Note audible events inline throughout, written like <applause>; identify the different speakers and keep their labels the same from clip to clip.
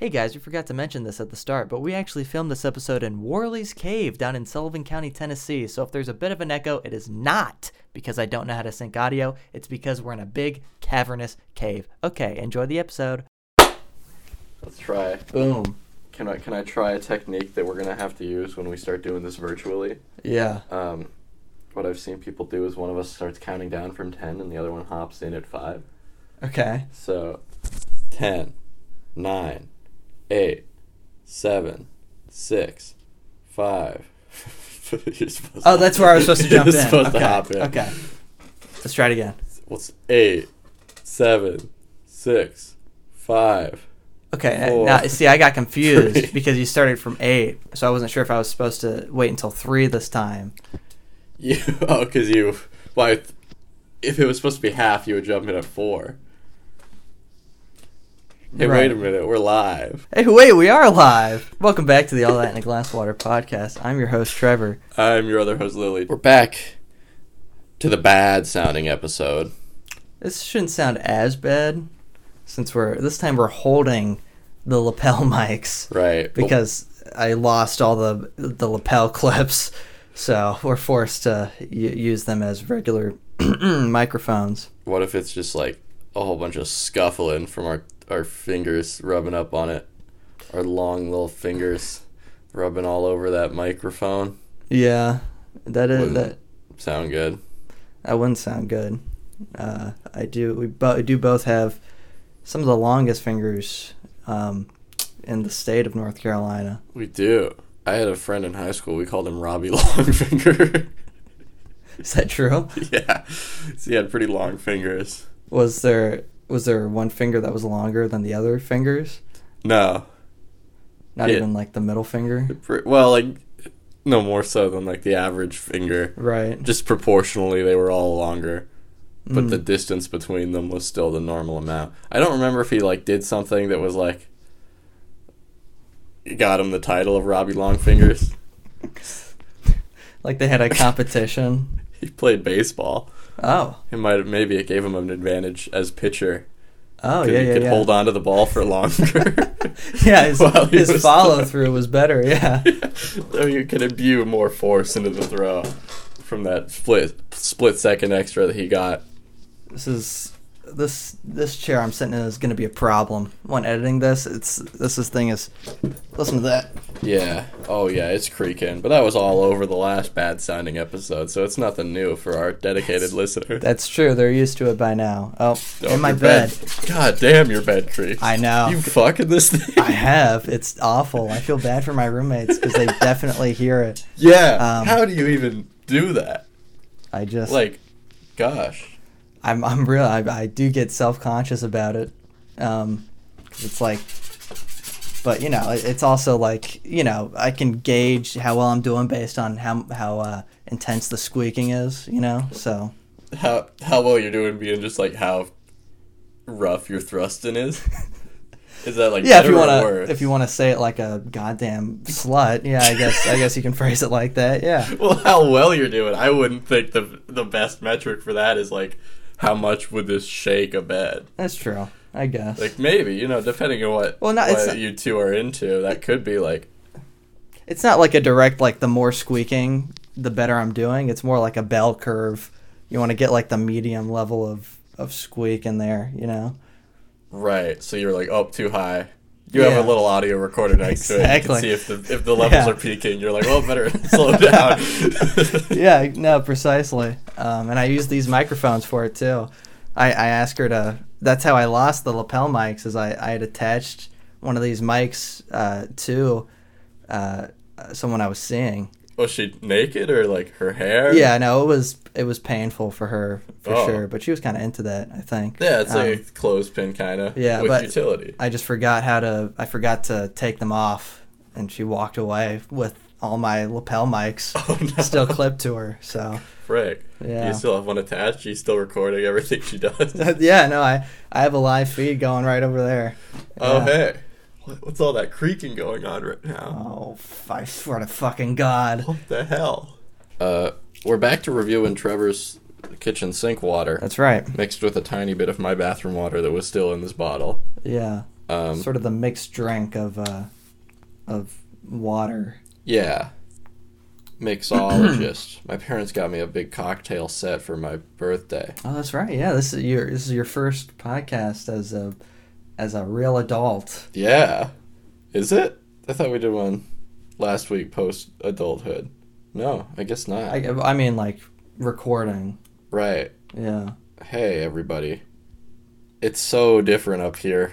Speaker 1: Hey guys, we forgot to mention this at the start, but we actually filmed this episode in Warley's Cave down in Sullivan County, Tennessee. So if there's a bit of an echo, it is not because I don't know how to sync audio. It's because we're in a big cavernous cave. Okay, enjoy the episode.
Speaker 2: Let's try.
Speaker 1: Boom.
Speaker 2: Can I can I try a technique that we're gonna have to use when we start doing this virtually?
Speaker 1: Yeah.
Speaker 2: Um, what I've seen people do is one of us starts counting down from ten, and the other one hops in at five.
Speaker 1: Okay.
Speaker 2: So, ten, nine, eight, seven, six, five. <laughs> You're supposed
Speaker 1: Oh, that's where I was supposed to jump
Speaker 2: <laughs> You're
Speaker 1: in.
Speaker 2: supposed
Speaker 1: okay.
Speaker 2: to hop in.
Speaker 1: Okay. Let's try it again.
Speaker 2: What's eight, seven, six, five?
Speaker 1: Okay. eh,
Speaker 2: Four.
Speaker 1: Now, see, I got <laughs> confused
Speaker 2: Three.
Speaker 1: because you started from eight, so I wasn't sure if I was supposed to wait until three this time.
Speaker 2: You <laughs> oh, cause you why? Well, if it was supposed to be half, you would jump in at four. Hey,
Speaker 1: Right.
Speaker 2: wait a minute, we're live.
Speaker 1: Hey, wait, we are live. Welcome back to the All That in a Glass Water podcast. I'm your host, Trevor.
Speaker 2: I'm your other host, Lily. We're back to the bad sounding episode.
Speaker 1: This shouldn't sound as bad since we're this time we're holding the lapel <laughs> mics
Speaker 2: Right.
Speaker 1: because I lost all the the lapel clips, so we're forced to y- use them as regular <clears throat> microphones.
Speaker 2: What if it's just like a whole bunch of scuffling from our our fingers rubbing up on it, our long little fingers rubbing all over that microphone?
Speaker 1: Yeah, that is
Speaker 2: Wouldn't-
Speaker 1: that
Speaker 2: Sound good?
Speaker 1: that wouldn't sound good. Uh, I do. We bo- do both have some of the longest fingers um, in the state of North Carolina. <laughs>
Speaker 2: We do. I had a friend in high school. We called him Robbie <laughs> Longfinger.
Speaker 1: Is that true?
Speaker 2: <laughs> yeah, so he had pretty long fingers.
Speaker 1: Was there was there one finger that was longer than the other fingers?
Speaker 2: No,
Speaker 1: Not
Speaker 2: Yeah.
Speaker 1: even like the middle finger.
Speaker 2: Pr- well, like no more so than like the average finger.
Speaker 1: Right.
Speaker 2: Just proportionally, they were all longer, but
Speaker 1: Mm.
Speaker 2: the distance between them was still the normal amount. I don't remember if he like did something that was like it got him the title of Robbie Longfingers. <laughs>
Speaker 1: <laughs> like they had a competition.
Speaker 2: he played baseball.
Speaker 1: oh.
Speaker 2: It might have, maybe it gave him an advantage as pitcher.
Speaker 1: Oh
Speaker 2: 'cause
Speaker 1: yeah,
Speaker 2: he
Speaker 1: yeah,
Speaker 2: could
Speaker 1: yeah.
Speaker 2: hold on to the ball for longer.
Speaker 1: <laughs> yeah, his,
Speaker 2: <laughs> while he
Speaker 1: his
Speaker 2: was
Speaker 1: follow
Speaker 2: throwing.
Speaker 1: through was better.
Speaker 2: <laughs>
Speaker 1: Yeah.
Speaker 2: so you could imbue more force into the throw from that split split second extra that he got.
Speaker 1: this is this this chair I'm sitting in is going to be a problem when editing this. It's this this thing is. Listen to that.
Speaker 2: Yeah. Oh yeah, it's creaking. But that was all over the last bad sounding episode, so it's nothing new for our dedicated listener. <laughs>
Speaker 1: That's true. They're used to it by now. Oh,
Speaker 2: Oh,
Speaker 1: in my
Speaker 2: your
Speaker 1: bed.
Speaker 2: God damn your bed creaks.
Speaker 1: I know.
Speaker 2: You fucking this thing.
Speaker 1: I have. It's awful. I feel bad for my roommates because they definitely hear it.
Speaker 2: <laughs> yeah.
Speaker 1: Um,
Speaker 2: how do you even do that?
Speaker 1: I just
Speaker 2: Like, gosh.
Speaker 1: I'm I'm real. I, I do get self conscious about it. Um, 'cause it's like, but you know, it, it's also like you know, I can gauge how well I'm doing based on how how uh, intense the squeaking is. You know, so
Speaker 2: How how well you're doing being just like how rough your
Speaker 1: <laughs>
Speaker 2: thrusting is. Is that like
Speaker 1: yeah, if
Speaker 2: better
Speaker 1: you
Speaker 2: or
Speaker 1: wanna
Speaker 2: worse?
Speaker 1: if you wanna say it like a goddamn slut, yeah, I guess I guess you can <laughs> phrase it like that. Yeah,
Speaker 2: Well, how well you're doing. I wouldn't think the the best metric for that is like how much would this shake a bed?
Speaker 1: that's true. I guess.
Speaker 2: Like maybe you know, depending on what
Speaker 1: Well, not-
Speaker 2: what
Speaker 1: it's not-
Speaker 2: you two are into, that could be like
Speaker 1: it's not like a direct like the more squeaking the better i'm doing it's more like a bell curve you want to get like the medium level of of squeak in there you know
Speaker 2: right. So you're like up too high. You
Speaker 1: Yeah.
Speaker 2: have a little audio recorder next
Speaker 1: Exactly.
Speaker 2: to it. You can see if the if the levels
Speaker 1: Yeah.
Speaker 2: are peaking. You're like, well, better <laughs> slow down.
Speaker 1: <laughs> yeah no precisely um, and i use these microphones for it too i i asked her to that's how i lost the lapel mics is i i had attached one of these mics uh to uh someone i was seeing
Speaker 2: <laughs> Was she naked or like her hair?
Speaker 1: yeah no it was it was painful for her for
Speaker 2: Oh.
Speaker 1: sure but she was kind of into that i think
Speaker 2: Yeah, it's
Speaker 1: Um,
Speaker 2: like a clothespin kind of.
Speaker 1: yeah,
Speaker 2: with
Speaker 1: but-
Speaker 2: utility.
Speaker 1: I just forgot how to. I forgot to take them off, and she walked away with all my lapel mics
Speaker 2: <laughs> Oh no,
Speaker 1: still clipped to her. So <laughs>
Speaker 2: frick.
Speaker 1: Yeah.
Speaker 2: You still have one attached. She's still recording everything she
Speaker 1: <laughs>
Speaker 2: does.
Speaker 1: yeah, no, I I have a live feed going right over there.
Speaker 2: Oh
Speaker 1: Yeah.
Speaker 2: hey, What- what's all that creaking going on right now?
Speaker 1: Oh, f- I swear to fucking God.
Speaker 2: What the hell? Uh, we're back to reviewing Trevor's kitchen sink water
Speaker 1: That's right.
Speaker 2: mixed with a tiny bit of my bathroom water that was still in this bottle.
Speaker 1: Yeah.
Speaker 2: Um,
Speaker 1: sort of the mixed drink of uh, of water.
Speaker 2: Yeah. Mixologist. my parents got me a big cocktail set for my birthday.
Speaker 1: Oh, that's right. Yeah, this is your this is your first podcast as a as a real adult.
Speaker 2: Yeah. Is it? I thought we did one last week post adulthood. No, I guess not.
Speaker 1: I, I mean, like recording.
Speaker 2: right.
Speaker 1: Yeah.
Speaker 2: Hey, everybody. It's so different up here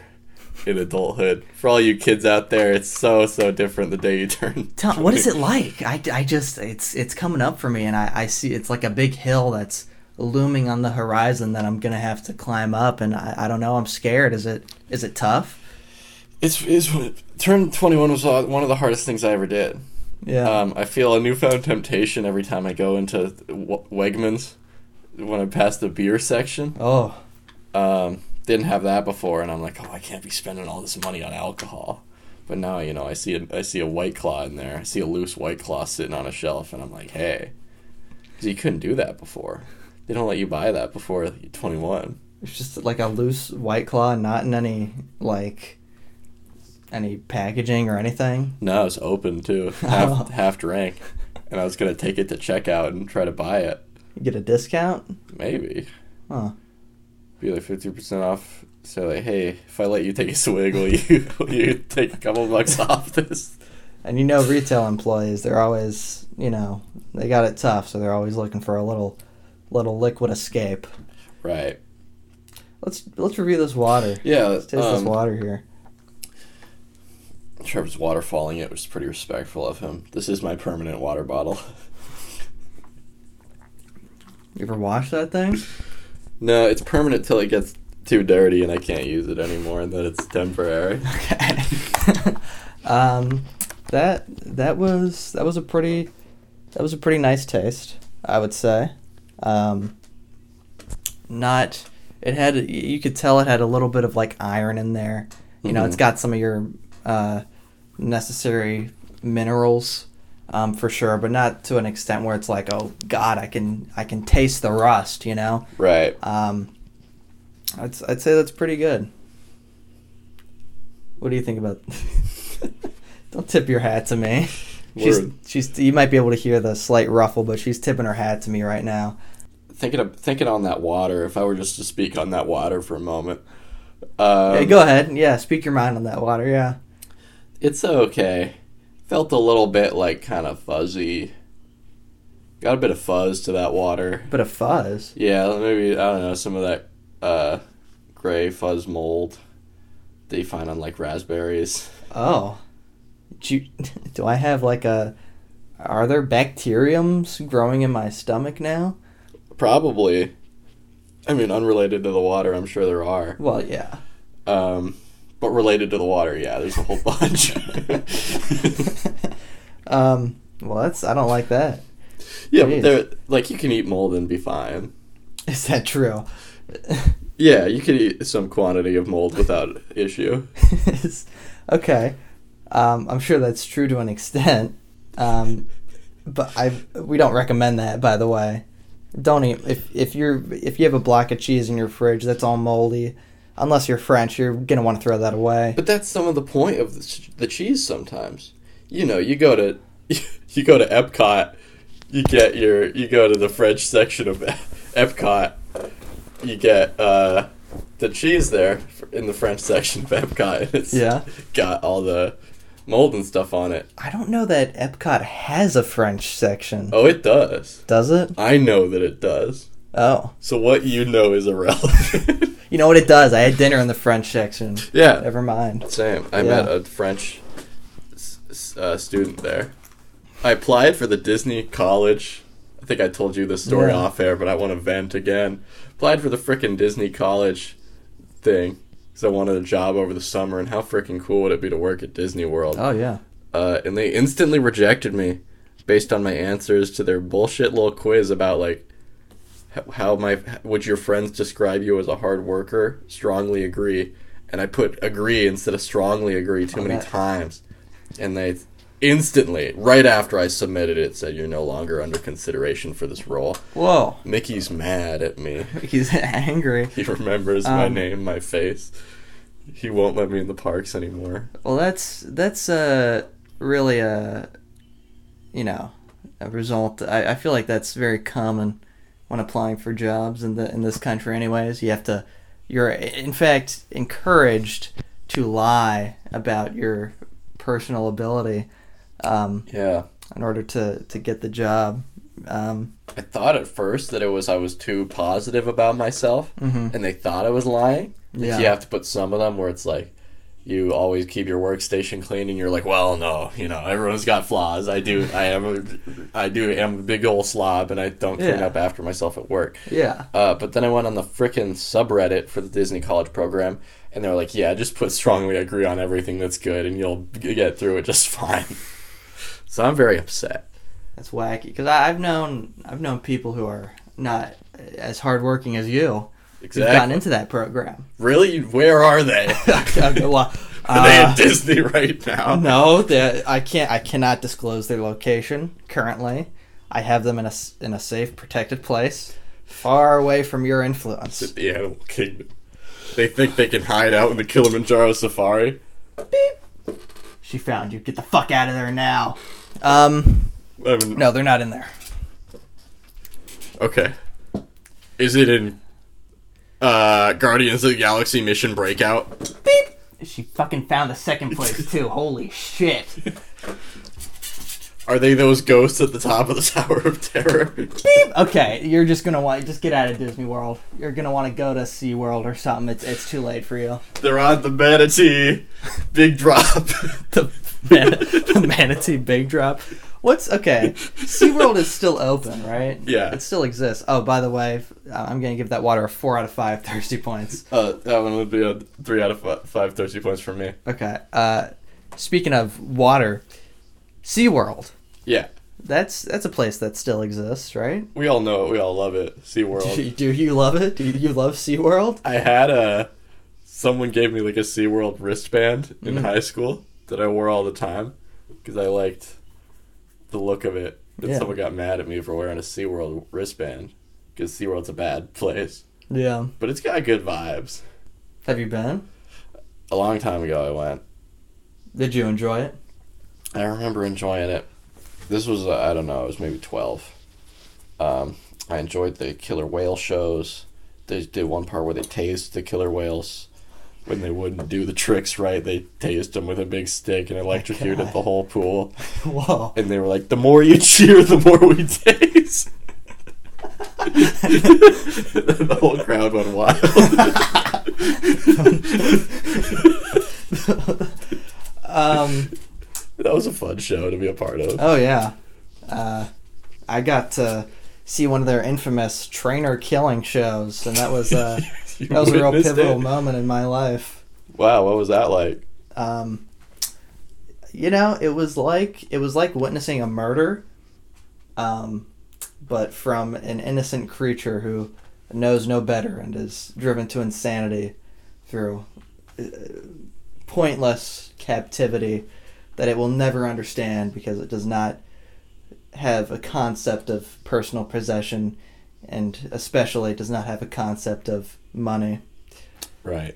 Speaker 2: in adulthood. For all you kids out there, it's so, so different the day you turn.
Speaker 1: Tell, what is it like? I, I just it's it's coming up for me, and I, I see it's like a big hill that's looming on the horizon that I'm gonna have to climb up, and I, I don't know. I'm scared. Is it is it tough?
Speaker 2: It's, it's, turn 21 was uh, one of the hardest things I ever did.
Speaker 1: Yeah.
Speaker 2: Um, I feel a newfound temptation every time I go into w- Wegmans when I pass the beer section.
Speaker 1: oh,
Speaker 2: Um, didn't have that before, and I'm like, oh, I can't be spending all this money on alcohol. But now, you know, I see a, I see a white claw in there. I see a loose white claw sitting on a shelf, and I'm like, hey, 'Cause you couldn't do that before. They don't let you buy that before you're 21.
Speaker 1: it's just like a loose white claw, not in any like any packaging or anything.
Speaker 2: No, it's open too, half half drank, and I was gonna take it to checkout and try to buy it.
Speaker 1: You get a discount.
Speaker 2: Maybe.
Speaker 1: Huh.
Speaker 2: be like fifty percent off. So like, hey, if I let you take a swig, will you <laughs> will you take a couple bucks off this?
Speaker 1: And you know, retail employees, they're always, you know, they got it tough, so they're always looking for a little, little liquid escape.
Speaker 2: Right.
Speaker 1: Let's let's review this water.
Speaker 2: Yeah.
Speaker 1: Let's taste this
Speaker 2: um,
Speaker 1: water here.
Speaker 2: Trevor's waterfalling it, which is pretty respectful of him. This is my permanent water bottle. <laughs>
Speaker 1: You ever wash that thing?
Speaker 2: No, it's permanent till it gets too dirty and I can't use it anymore, and then it's temporary.
Speaker 1: Okay. <laughs> um, that that was that was a pretty that was a pretty nice taste, I would say. Um, not it had you could tell it had a little bit of like iron in there. You know, it's
Speaker 2: Mhm.
Speaker 1: got some of your uh, necessary minerals um, for sure, but not to an extent where it's like, oh God, I can I can taste the rust. You know,
Speaker 2: Right.
Speaker 1: um, I'd, I'd say that's pretty good. What do you think about? <laughs> Don't tip your hat to me. She's,
Speaker 2: Word.
Speaker 1: she's. You might be able to hear the slight ruffle, but she's tipping her hat to me right now.
Speaker 2: Thinking of thinking on that water. If I were just to speak on that water for a moment. Um,
Speaker 1: hey, go ahead. Yeah, speak your mind on that water. Yeah.
Speaker 2: It's okay. Felt a little bit like kind of fuzzy. Got a bit of fuzz to that water.
Speaker 1: But a fuzz.
Speaker 2: Yeah, maybe I don't know some of that uh, gray fuzz mold that you find on like raspberries.
Speaker 1: Oh. Do, you, <laughs> do I have like a? Are there bacteriums growing in my stomach now?
Speaker 2: Probably. I mean, unrelated to the water, I'm sure there are.
Speaker 1: Well,
Speaker 2: <laughs>
Speaker 1: yeah. <laughs>
Speaker 2: Um, but related to the water, yeah, there's a whole
Speaker 1: <laughs>
Speaker 2: <laughs> bunch.
Speaker 1: Um. Well, that's. I don't like that.
Speaker 2: yeah, but
Speaker 1: Jeez.
Speaker 2: they're like you can eat mold and be fine.
Speaker 1: <laughs> Is that true?
Speaker 2: Yeah, you can eat some quantity of mold without issue.
Speaker 1: okay, um, I'm sure that's true to an extent, um, but I we don't recommend that. By the way, don't eat if if you're if you have a block of cheese in your fridge that's all moldy. Unless you're French, you're gonna want to throw that away.
Speaker 2: But that's some of the point of the, ch- the cheese. Sometimes, you know, you go to <laughs> you go to Epcot, you get your you go to the French section of <laughs> Epcot, you get uh, the cheese there in the French section of Epcot. and It's
Speaker 1: Yeah.
Speaker 2: got all the mold and stuff on it.
Speaker 1: I don't know that Epcot has a French section.
Speaker 2: Oh, it does.
Speaker 1: Does it?
Speaker 2: I know that it does.
Speaker 1: Oh,
Speaker 2: So what you know is irrelevant. <laughs>
Speaker 1: you know what it does. I had dinner in the French section.
Speaker 2: yeah.
Speaker 1: Never mind.
Speaker 2: Same. I
Speaker 1: Yeah.
Speaker 2: met a French s- s- uh, student there. I applied for the Disney College. I think I told you this story
Speaker 1: Yeah.
Speaker 2: off air, but I want to vent again. Applied for the frickin' Disney College thing because I wanted a job over the summer, and how frickin' cool would it be to work at Disney World?
Speaker 1: Oh yeah.
Speaker 2: Uh, and they instantly rejected me based on my answers to their bullshit little quiz about like h- how my would your friends describe you as a hard worker strongly agree and i put agree instead of strongly agree too
Speaker 1: Oh,
Speaker 2: many
Speaker 1: that-
Speaker 2: times and they instantly right after i submitted it said you're no longer under consideration for this role
Speaker 1: Whoa. <laughs>
Speaker 2: mickey's mad at me
Speaker 1: He's <laughs> angry.
Speaker 2: he remembers my
Speaker 1: Um,
Speaker 2: name my face He won't let me in the parks anymore.
Speaker 1: Well, that's that's uh, really a you know a result. I, I feel like that's very common when applying for jobs in the in this country. Anyways, you have to you're in fact encouraged to lie about your personal ability um,
Speaker 2: Yeah.
Speaker 1: in order to to get the job. Um,
Speaker 2: I thought at first that it was I was too positive about myself, and they thought I was lying. 'Cause
Speaker 1: Mm-hmm. Yeah.
Speaker 2: You have to put some of them where it's like, you always keep your workstation clean, and you're like, well, no, you know, everyone's got flaws. I do, I am, a, I do am a big old slob, and I don't clean
Speaker 1: Yeah.
Speaker 2: up after myself at work.
Speaker 1: yeah,
Speaker 2: Uh, but then I went on the frickin' subreddit for the Disney College program, and they were like, yeah, just put strongly agree on everything that's good, and you'll get through it just <laughs> fine. so I'm very upset.
Speaker 1: that's wacky. Because I've known I've known people who are not as hardworking as you who've gotten into that program.
Speaker 2: Really? Where are
Speaker 1: <laughs>
Speaker 2: they?
Speaker 1: Okay, well,
Speaker 2: Are they
Speaker 1: uh,
Speaker 2: at Disney right now?
Speaker 1: No, they're- I can't. I cannot disclose their location currently. I have them in a s- in a safe, protected place, far away from your influence.
Speaker 2: The Animal Kingdom. They think they can hide out in the Kilimanjaro Safari.
Speaker 1: She found you. Get the fuck out of there now. Um,
Speaker 2: I mean,
Speaker 1: no, they're not in there.
Speaker 2: Okay. Is it in uh, Guardians of the Galaxy Mission Breakout?
Speaker 1: She fucking found the second place too. Holy shit!
Speaker 2: Are they those ghosts at the top of the <laughs> Tower of Terror?
Speaker 1: Okay, you're just gonna want just get out of Disney World. You're gonna want to go to SeaWorld or something. It's it's too late for you.
Speaker 2: They're on the manatee. Big drop.
Speaker 1: <laughs> the, man- <laughs> the manatee big drop. What's okay? SeaWorld is still open, right?
Speaker 2: Yeah.
Speaker 1: It still exists. Oh, by the way, f- uh, I'm going to give that water a 4 out of 5 thirsty points.
Speaker 2: <laughs> uh, that one would be a 3 out of fi- 5 thirsty points for me.
Speaker 1: Okay. Uh speaking of water, SeaWorld.
Speaker 2: Yeah.
Speaker 1: That's that's a place that still exists, right?
Speaker 2: We all know it. We all love it. SeaWorld.
Speaker 1: Do <laughs> you, do you love it? Do you, you love SeaWorld?
Speaker 2: I had a someone gave me like a SeaWorld wristband in high school that I wore all the time because I liked the look of it. And
Speaker 1: Yeah.
Speaker 2: someone got mad at me for wearing a SeaWorld wristband because SeaWorld's a bad <laughs> place,
Speaker 1: Yeah.
Speaker 2: but it's got good vibes.
Speaker 1: Have you been?
Speaker 2: A long time ago, I went.
Speaker 1: Did you enjoy it? <laughs>
Speaker 2: I remember enjoying it. This was uh, I don't know. I was maybe twelve. Um, I enjoyed the killer whale shows. They did one part where they tased the killer whales when they wouldn't do the tricks right. They tased them with a big stick and electrocuted
Speaker 1: God.
Speaker 2: the whole pool.
Speaker 1: Whoa.
Speaker 2: And they were like, "The more you <laughs> cheer, the more we tase." <laughs> the whole crowd went wild.
Speaker 1: Um
Speaker 2: that was a fun show to be a part of.
Speaker 1: <laughs> Oh yeah, uh, I got to see one of their infamous trainer killing shows, and that was uh,
Speaker 2: <laughs> You
Speaker 1: that was a real
Speaker 2: witnessed
Speaker 1: pivotal
Speaker 2: it?
Speaker 1: moment in my life.
Speaker 2: Wow, what was that like?
Speaker 1: Um, you know, it was like it was like witnessing a murder, um, but from an innocent creature who knows no better and is driven to insanity through uh, pointless captivity that it will never understand because it does not have a concept of personal possession and especially does not have a concept of money.
Speaker 2: Right.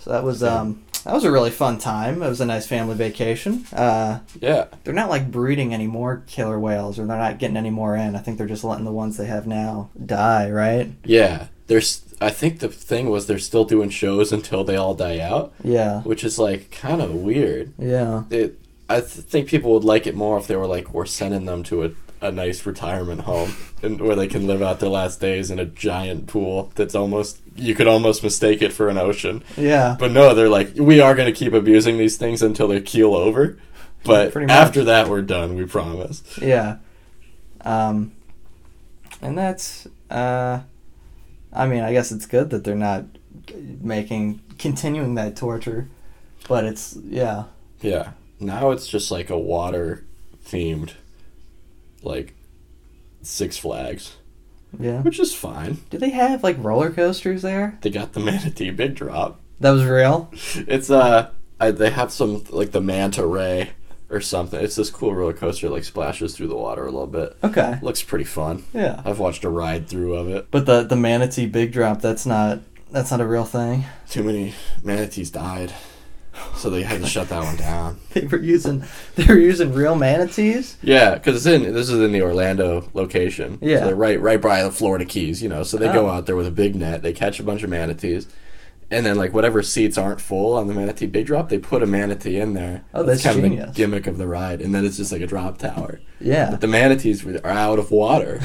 Speaker 1: So that was um that was a really fun time. It was a nice family vacation. Uh,
Speaker 2: Yeah.
Speaker 1: they're not like breeding any more killer whales, or they're not getting any more in. I think they're just letting the ones they have now die, right?
Speaker 2: Yeah. There's I think the thing was they're still doing shows until they all die out,
Speaker 1: Yeah,
Speaker 2: which is like kind of weird.
Speaker 1: yeah,
Speaker 2: It I th- think people would like it more if they were like we're sending them to a a nice retirement home <laughs> and where they can live out their last days in a giant pool that's almost you could almost mistake it for an ocean.
Speaker 1: yeah.
Speaker 2: But no, they're like we are going to keep abusing these things until they keel over. But
Speaker 1: Pretty much.
Speaker 2: after that we're done, we promise.
Speaker 1: Yeah. Um, and that's, uh, I mean, I guess it's good that they're not g- making, continuing that torture, but it's, yeah.
Speaker 2: Yeah. Now it's just like a water themed like Six Flags,
Speaker 1: Yeah.
Speaker 2: which is fine.
Speaker 1: Do they have, like, roller coasters there?
Speaker 2: They got the <laughs> manatee big drop.
Speaker 1: That was real?
Speaker 2: It's uh I, they have some like the manta ray or something. It's this cool roller coaster that, like splashes through the water a little bit.
Speaker 1: Okay.
Speaker 2: Looks pretty fun.
Speaker 1: Yeah.
Speaker 2: I've watched a ride through of it.
Speaker 1: But the, the manatee big drop, that's not, That's not a real thing. <laughs>
Speaker 2: Too many manatees died, so they had to shut that one down.
Speaker 1: They were using they were using real manatees.
Speaker 2: Yeah, because it's in this is in the Orlando location.
Speaker 1: Yeah.
Speaker 2: so they're right right by the Florida Keys. You know, so they go
Speaker 1: Oh.
Speaker 2: out there with a big net. They catch a bunch of manatees, and then like whatever seats aren't full on the manatee big drop, they put a manatee in there.
Speaker 1: Oh, that's
Speaker 2: kind of
Speaker 1: genius.
Speaker 2: the gimmick of the ride, and then it's just like a drop tower.
Speaker 1: Yeah.
Speaker 2: But the manatees were, are out
Speaker 1: <laughs>
Speaker 2: of water.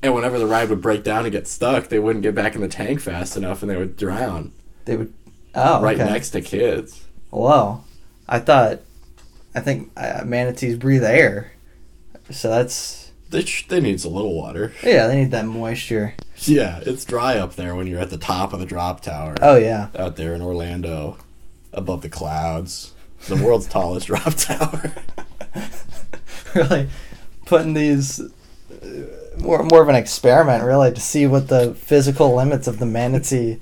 Speaker 2: And whenever the ride would break down and get stuck, they wouldn't get back in the tank fast enough and they would drown
Speaker 1: They would Oh,
Speaker 2: right
Speaker 1: okay.
Speaker 2: next to kids.
Speaker 1: Whoa. I thought I think uh, manatees breathe air. So that's
Speaker 2: They, sh- they needs a little water. <laughs>
Speaker 1: yeah, they need that moisture.
Speaker 2: Yeah, it's dry up there when you're at the top of the drop tower
Speaker 1: Oh yeah. <laughs>
Speaker 2: out there in Orlando above the clouds. The <laughs> world's tallest drop tower.
Speaker 1: really putting these uh, more more of an experiment really to see what the physical limits of the manatee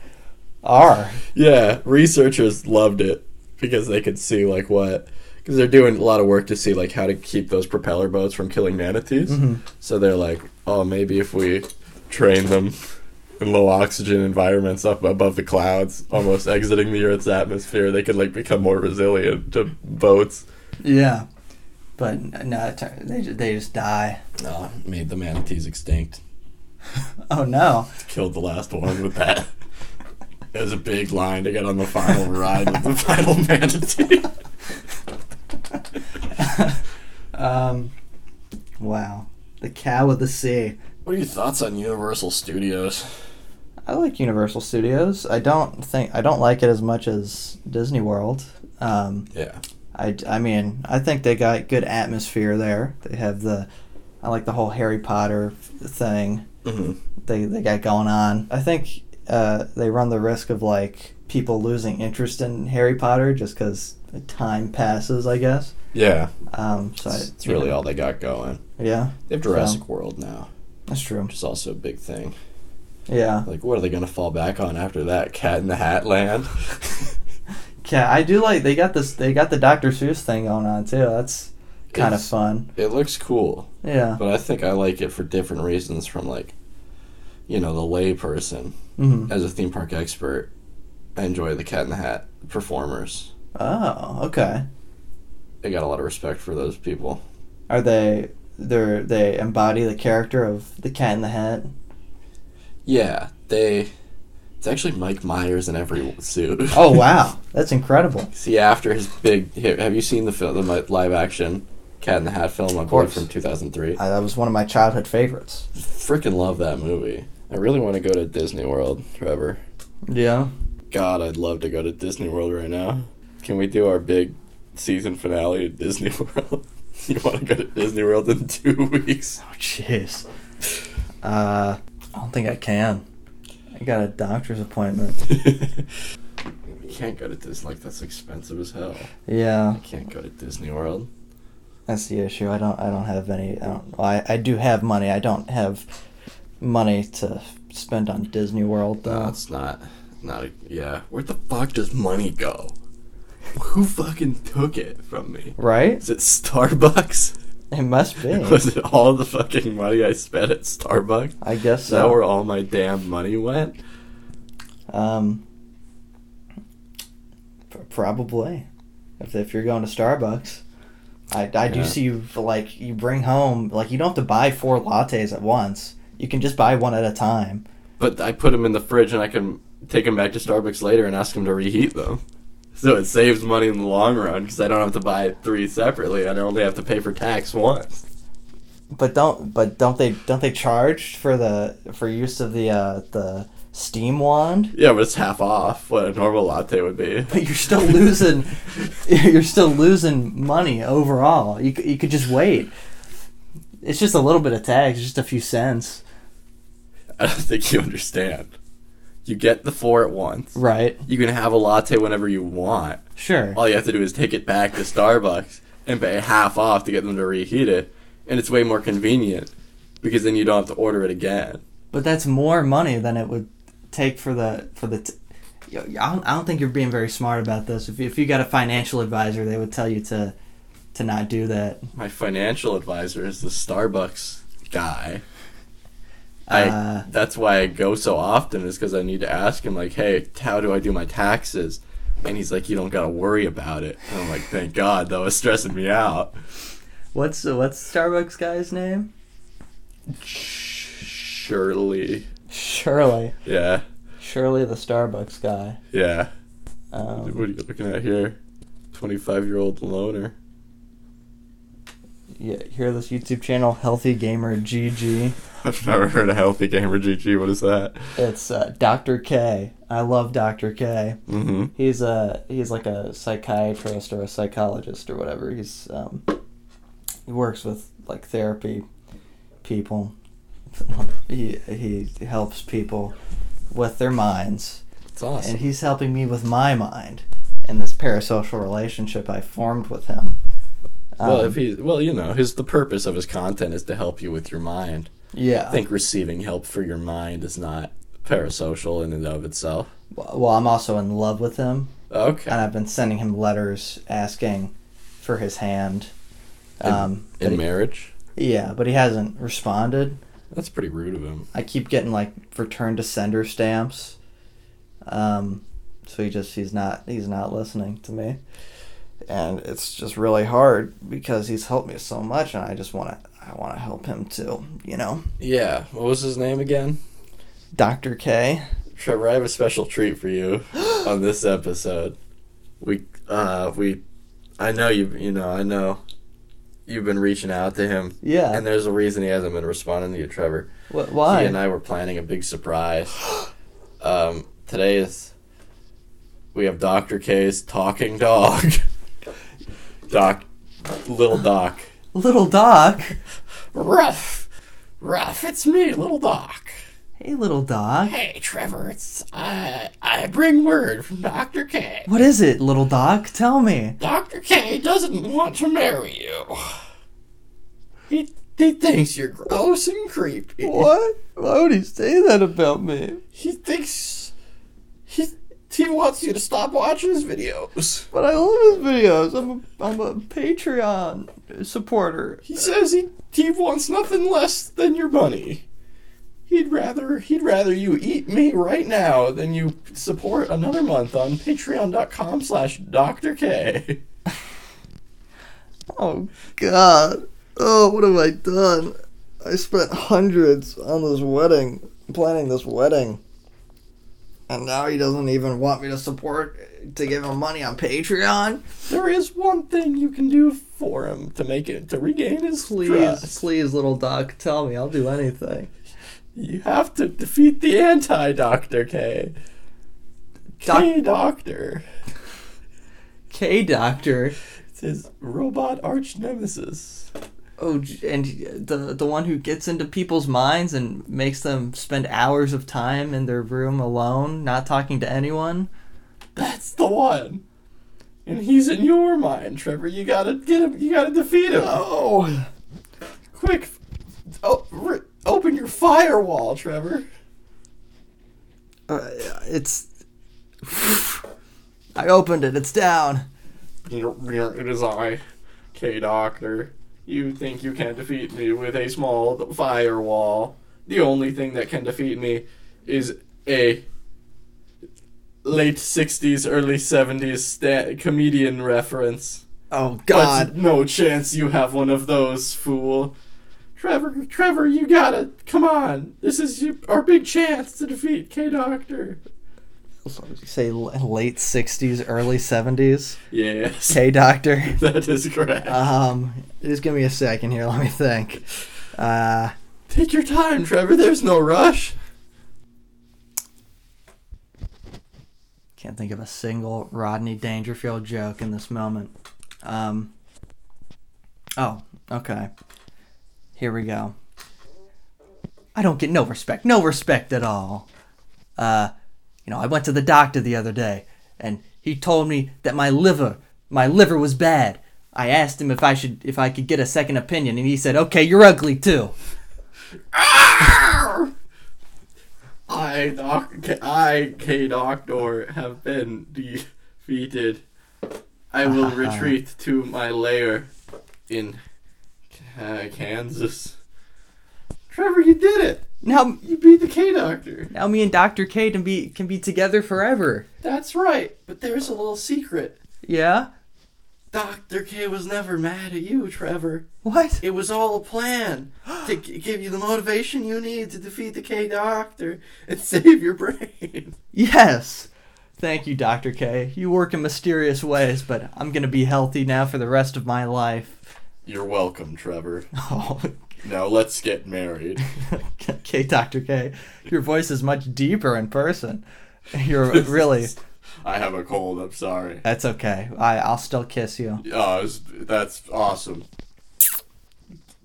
Speaker 1: are.
Speaker 2: yeah, researchers loved it because they could see like what because they're doing a lot of work to see like how to keep those propeller boats from killing manatees. So they're like, oh, maybe if we train them in low oxygen environments up above the clouds, almost exiting the Earth's atmosphere, they could like become more resilient to boats.
Speaker 1: Yeah. But no, it turn- they ju- they just die.
Speaker 2: Oh, made the manatees extinct.
Speaker 1: <laughs> Oh no.
Speaker 2: Killed the last one with <laughs> that. It was a big line to get on the final ride <laughs> with the final manatee.
Speaker 1: Um wow. The cow of the sea.
Speaker 2: What are your thoughts on Universal Studios?
Speaker 1: I like Universal Studios. I don't think I don't like it as much as Disney World. Um,
Speaker 2: Yeah.
Speaker 1: I, I mean I think they got good atmosphere there. They have the I like the whole Harry Potter thing.
Speaker 2: hmm
Speaker 1: they, they got going on. I think uh, they run the risk of like people losing interest in Harry Potter just because time passes, I guess.
Speaker 2: Yeah.
Speaker 1: Um, so I,
Speaker 2: It's, it's really all they got going.
Speaker 1: yeah,
Speaker 2: They have Jurassic World now,
Speaker 1: that's true.
Speaker 2: which is also a big thing.
Speaker 1: Yeah,
Speaker 2: Like, what are they gonna fall back on after that? Cat in the Hat <laughs> Land.
Speaker 1: yeah, I do like they got this. They got the Dr. Seuss thing going on too. That's kind of
Speaker 2: It's-
Speaker 1: fun.
Speaker 2: it looks cool,
Speaker 1: Yeah.
Speaker 2: but I think I like it for different reasons from like, you know, the layperson.
Speaker 1: hmm
Speaker 2: As a theme park expert, I enjoy the Cat in the Hat performers.
Speaker 1: Oh, okay.
Speaker 2: I got a lot of respect for those people.
Speaker 1: Are they? They they embody the character of the Cat in the
Speaker 2: <laughs>
Speaker 1: Hat.
Speaker 2: Yeah, they. It's actually Mike Myers in every suit.
Speaker 1: <laughs> Oh wow, that's incredible.
Speaker 2: <laughs> See, after his big hit, have you seen the film, the mi- live action Cat in the Hat film? I believe
Speaker 1: course.
Speaker 2: from two thousand three.
Speaker 1: I, that was one of my childhood favorites.
Speaker 2: Freaking love that movie. I really want to go to Disney World, Trevor.
Speaker 1: Yeah.
Speaker 2: God, I'd love to go to Disney World right now. Can we do our big season finale at Disney <laughs> World? you want to go to Disney World in two <laughs> weeks?
Speaker 1: Oh, jeez. Uh, I don't think I can. I got a doctor's appointment.
Speaker 2: you can't go to Disney. Like that's expensive as hell.
Speaker 1: Yeah,
Speaker 2: I can't go to Disney World.
Speaker 1: that's the issue. I don't. I don't have any. I don't. well, I, I do have money. I don't have money to spend on Disney World
Speaker 2: No,
Speaker 1: though.
Speaker 2: it's not. Not a, yeah. Where the fuck does money go? Who fucking took it from me?
Speaker 1: Right?
Speaker 2: Is it Starbucks?
Speaker 1: It must be.
Speaker 2: Was <laughs> it all the fucking money I spent at Starbucks?
Speaker 1: I guess
Speaker 2: Is that
Speaker 1: so.
Speaker 2: where all my damn money went?
Speaker 1: Um, p- probably. If if you're going to Starbucks, I I do
Speaker 2: Yeah.
Speaker 1: see you like you bring home like you don't have to buy four lattes at once. You can just buy one at a time.
Speaker 2: But I put them in the fridge and I can take them back to Starbucks later and ask them to reheat them. So it saves money in the long run because I don't have to buy three separately. I only have to pay for tax once.
Speaker 1: But don't but don't they don't they charge for the for use of the uh, the steam wand? <laughs>
Speaker 2: Yeah, but it's half off what a normal latte would be.
Speaker 1: But you're still losing
Speaker 2: <laughs>
Speaker 1: you're still losing money overall. You c- you could just wait. It's just a little bit of tax, just a few cents,
Speaker 2: I don't think you understand. You get the four at once.
Speaker 1: right?
Speaker 2: You can have a latte whenever you want.
Speaker 1: Sure.
Speaker 2: All you have to do is take it back to Starbucks and pay half off to get them to reheat it. And it's way more convenient because then you don't have to order it again.
Speaker 1: But that's more money than it would take for the for the. T- Yo, I don't, I don't think you're being very smart about this. If you, if you got a financial advisor, they would tell you to to not do that.
Speaker 2: My financial advisor is the Starbucks guy. I
Speaker 1: Uh,
Speaker 2: that's why I go so often is because I need to ask him like, hey, how do I do my taxes? And he's like, you don't gotta worry about it. And I'm like, thank God, that was stressing me out.
Speaker 1: What's what's Starbucks guy's name?
Speaker 2: Surely,
Speaker 1: Shirley.
Speaker 2: yeah,
Speaker 1: Shirley, the Starbucks guy.
Speaker 2: yeah.
Speaker 1: Um,
Speaker 2: what are you looking at here? Twenty-five-year-old loner.
Speaker 1: yeah, hear this YouTube channel, Healthy Gamer GG.
Speaker 2: I've never heard of healthy gamer GG. What is that?
Speaker 1: It's uh, Dr. K. I love Dr. K.
Speaker 2: Mm-hmm.
Speaker 1: He's a he's like a psychiatrist or a psychologist or whatever. He's um, he works with like therapy people. <laughs> He he helps people with their minds.
Speaker 2: It's awesome.
Speaker 1: and he's helping me with my mind and this parasocial relationship I formed with him.
Speaker 2: well,
Speaker 1: Um,
Speaker 2: if he, well, you know, his the purpose of his content is to help you with your mind.
Speaker 1: yeah,
Speaker 2: I think receiving help for your mind is not parasocial in and of itself.
Speaker 1: well, I'm also in love with him,
Speaker 2: Okay.
Speaker 1: and I've been sending him letters asking for his hand.
Speaker 2: In-
Speaker 1: Um, but
Speaker 2: in
Speaker 1: he-
Speaker 2: marriage,
Speaker 1: yeah, but he hasn't responded.
Speaker 2: that's pretty rude of him.
Speaker 1: I keep getting like return to sender stamps. Um, so he just he's not he's not listening to me, and it's just really hard because he's helped me so much, and I just want to I want to help him too. You know,
Speaker 2: Yeah. What was his name again?
Speaker 1: Doctor K.
Speaker 2: Trevor, I have a special treat for <gasps> you on this episode. We, uh, we, I know you. You know, I know you've been reaching out to him,
Speaker 1: Yeah.
Speaker 2: and there's a reason he hasn't been responding to you, Trevor.
Speaker 1: What?
Speaker 2: He
Speaker 1: Why?
Speaker 2: and I were planning a big <gasps> surprise. Um, today is we have Doctor K's talking dog. <laughs> Doc, little Doc.
Speaker 1: little Doc.
Speaker 2: Ruff, Ruff, it's me, little Doc.
Speaker 1: Hey, little Doc.
Speaker 2: Hey, Trevor, it's I. I bring word from Doctor K.
Speaker 1: What is it, little Doc? Tell me.
Speaker 2: Doctor K doesn't want to marry you. He he thinks you're gross and creepy.
Speaker 1: What? Why would he say that about me?
Speaker 2: He thinks he he wants you to stop watching his videos.
Speaker 1: But I love his videos. I'm a, I'm a Patreon supporter.
Speaker 2: He says he he wants nothing less than your money. He'd rather he'd rather you eat me right now than you support another month on patreon.com slash Dr. K.
Speaker 1: Oh God! Oh, what have I done? I spent hundreds on this wedding, planning this wedding, and now he doesn't even want me to support to give him money on Patreon.
Speaker 2: There is one thing you can do for him to make it to regain his
Speaker 1: Please,
Speaker 2: trust.
Speaker 1: please, little doc, tell me. I'll do anything.
Speaker 2: You have to defeat the anti Dr. K.
Speaker 1: Doc-
Speaker 2: K Doctor.
Speaker 1: K Doctor.
Speaker 2: It's his robot arch nemesis.
Speaker 1: Oh, j- and the the one who gets into people's minds and makes them spend hours of time in their room alone, not talking to anyone.
Speaker 2: That's the one. And he's in your mind, Trevor. You gotta get him. You gotta defeat him.
Speaker 1: Oh,
Speaker 2: Quick, oh, re- open your firewall, Trevor.
Speaker 1: uh, it's. I opened it. It's down.
Speaker 2: It is I, K Doctor. You think you can defeat me with a small firewall? The only thing that can defeat me is a late '60s, early '70s sta- comedian reference.
Speaker 1: Oh
Speaker 2: But
Speaker 1: God!
Speaker 2: no chance you have one of those, fool. Trevor, Trevor, you gotta come on. This is your, our big chance to defeat K Doctor.
Speaker 1: Say l- late '60s, early '70s.
Speaker 2: Yes,
Speaker 1: K Doctor.
Speaker 2: <laughs> that is correct.
Speaker 1: Um, just give me a second here. Let me think. Uh,
Speaker 2: Take your time, Trevor. There's no rush.
Speaker 1: can't think of a single Rodney Dangerfield joke in this moment. Um. Oh, okay. Here we go. I don't get no respect, no respect at all. Uh, you know, I went to the doctor the other day, and he told me that my liver, my liver was bad. I asked him if I should, if I could get a second opinion, and he said, "Okay, you're ugly too."
Speaker 2: Arr! I, doc- I, K Doctor, have been defeated. I <laughs> will retreat to my lair in K- Kansas. Trevor, you did it!
Speaker 1: Now,
Speaker 2: You be the K Doctor.
Speaker 1: now me and Doctor K can be can be together forever.
Speaker 2: That's right. But there's a little secret.
Speaker 1: Yeah.
Speaker 2: Doctor K was never mad at you, Trevor.
Speaker 1: What?
Speaker 2: It was all a <gasps> plan to g- give you the motivation you need to defeat the K Doctor and <laughs> save your brain.
Speaker 1: Yes. Thank you, Doctor K. You work in mysterious ways, but I'm gonna be healthy now for the rest of my life. <laughs>
Speaker 2: You're welcome, Trevor.
Speaker 1: Oh, <laughs>
Speaker 2: Now let's get married.
Speaker 1: K, Doctor K, your voice is much deeper in person. You're
Speaker 2: <laughs>
Speaker 1: really.
Speaker 2: I have a cold. I'm sorry.
Speaker 1: That's okay. I I'll still kiss you.
Speaker 2: Oh, it's- that's awesome.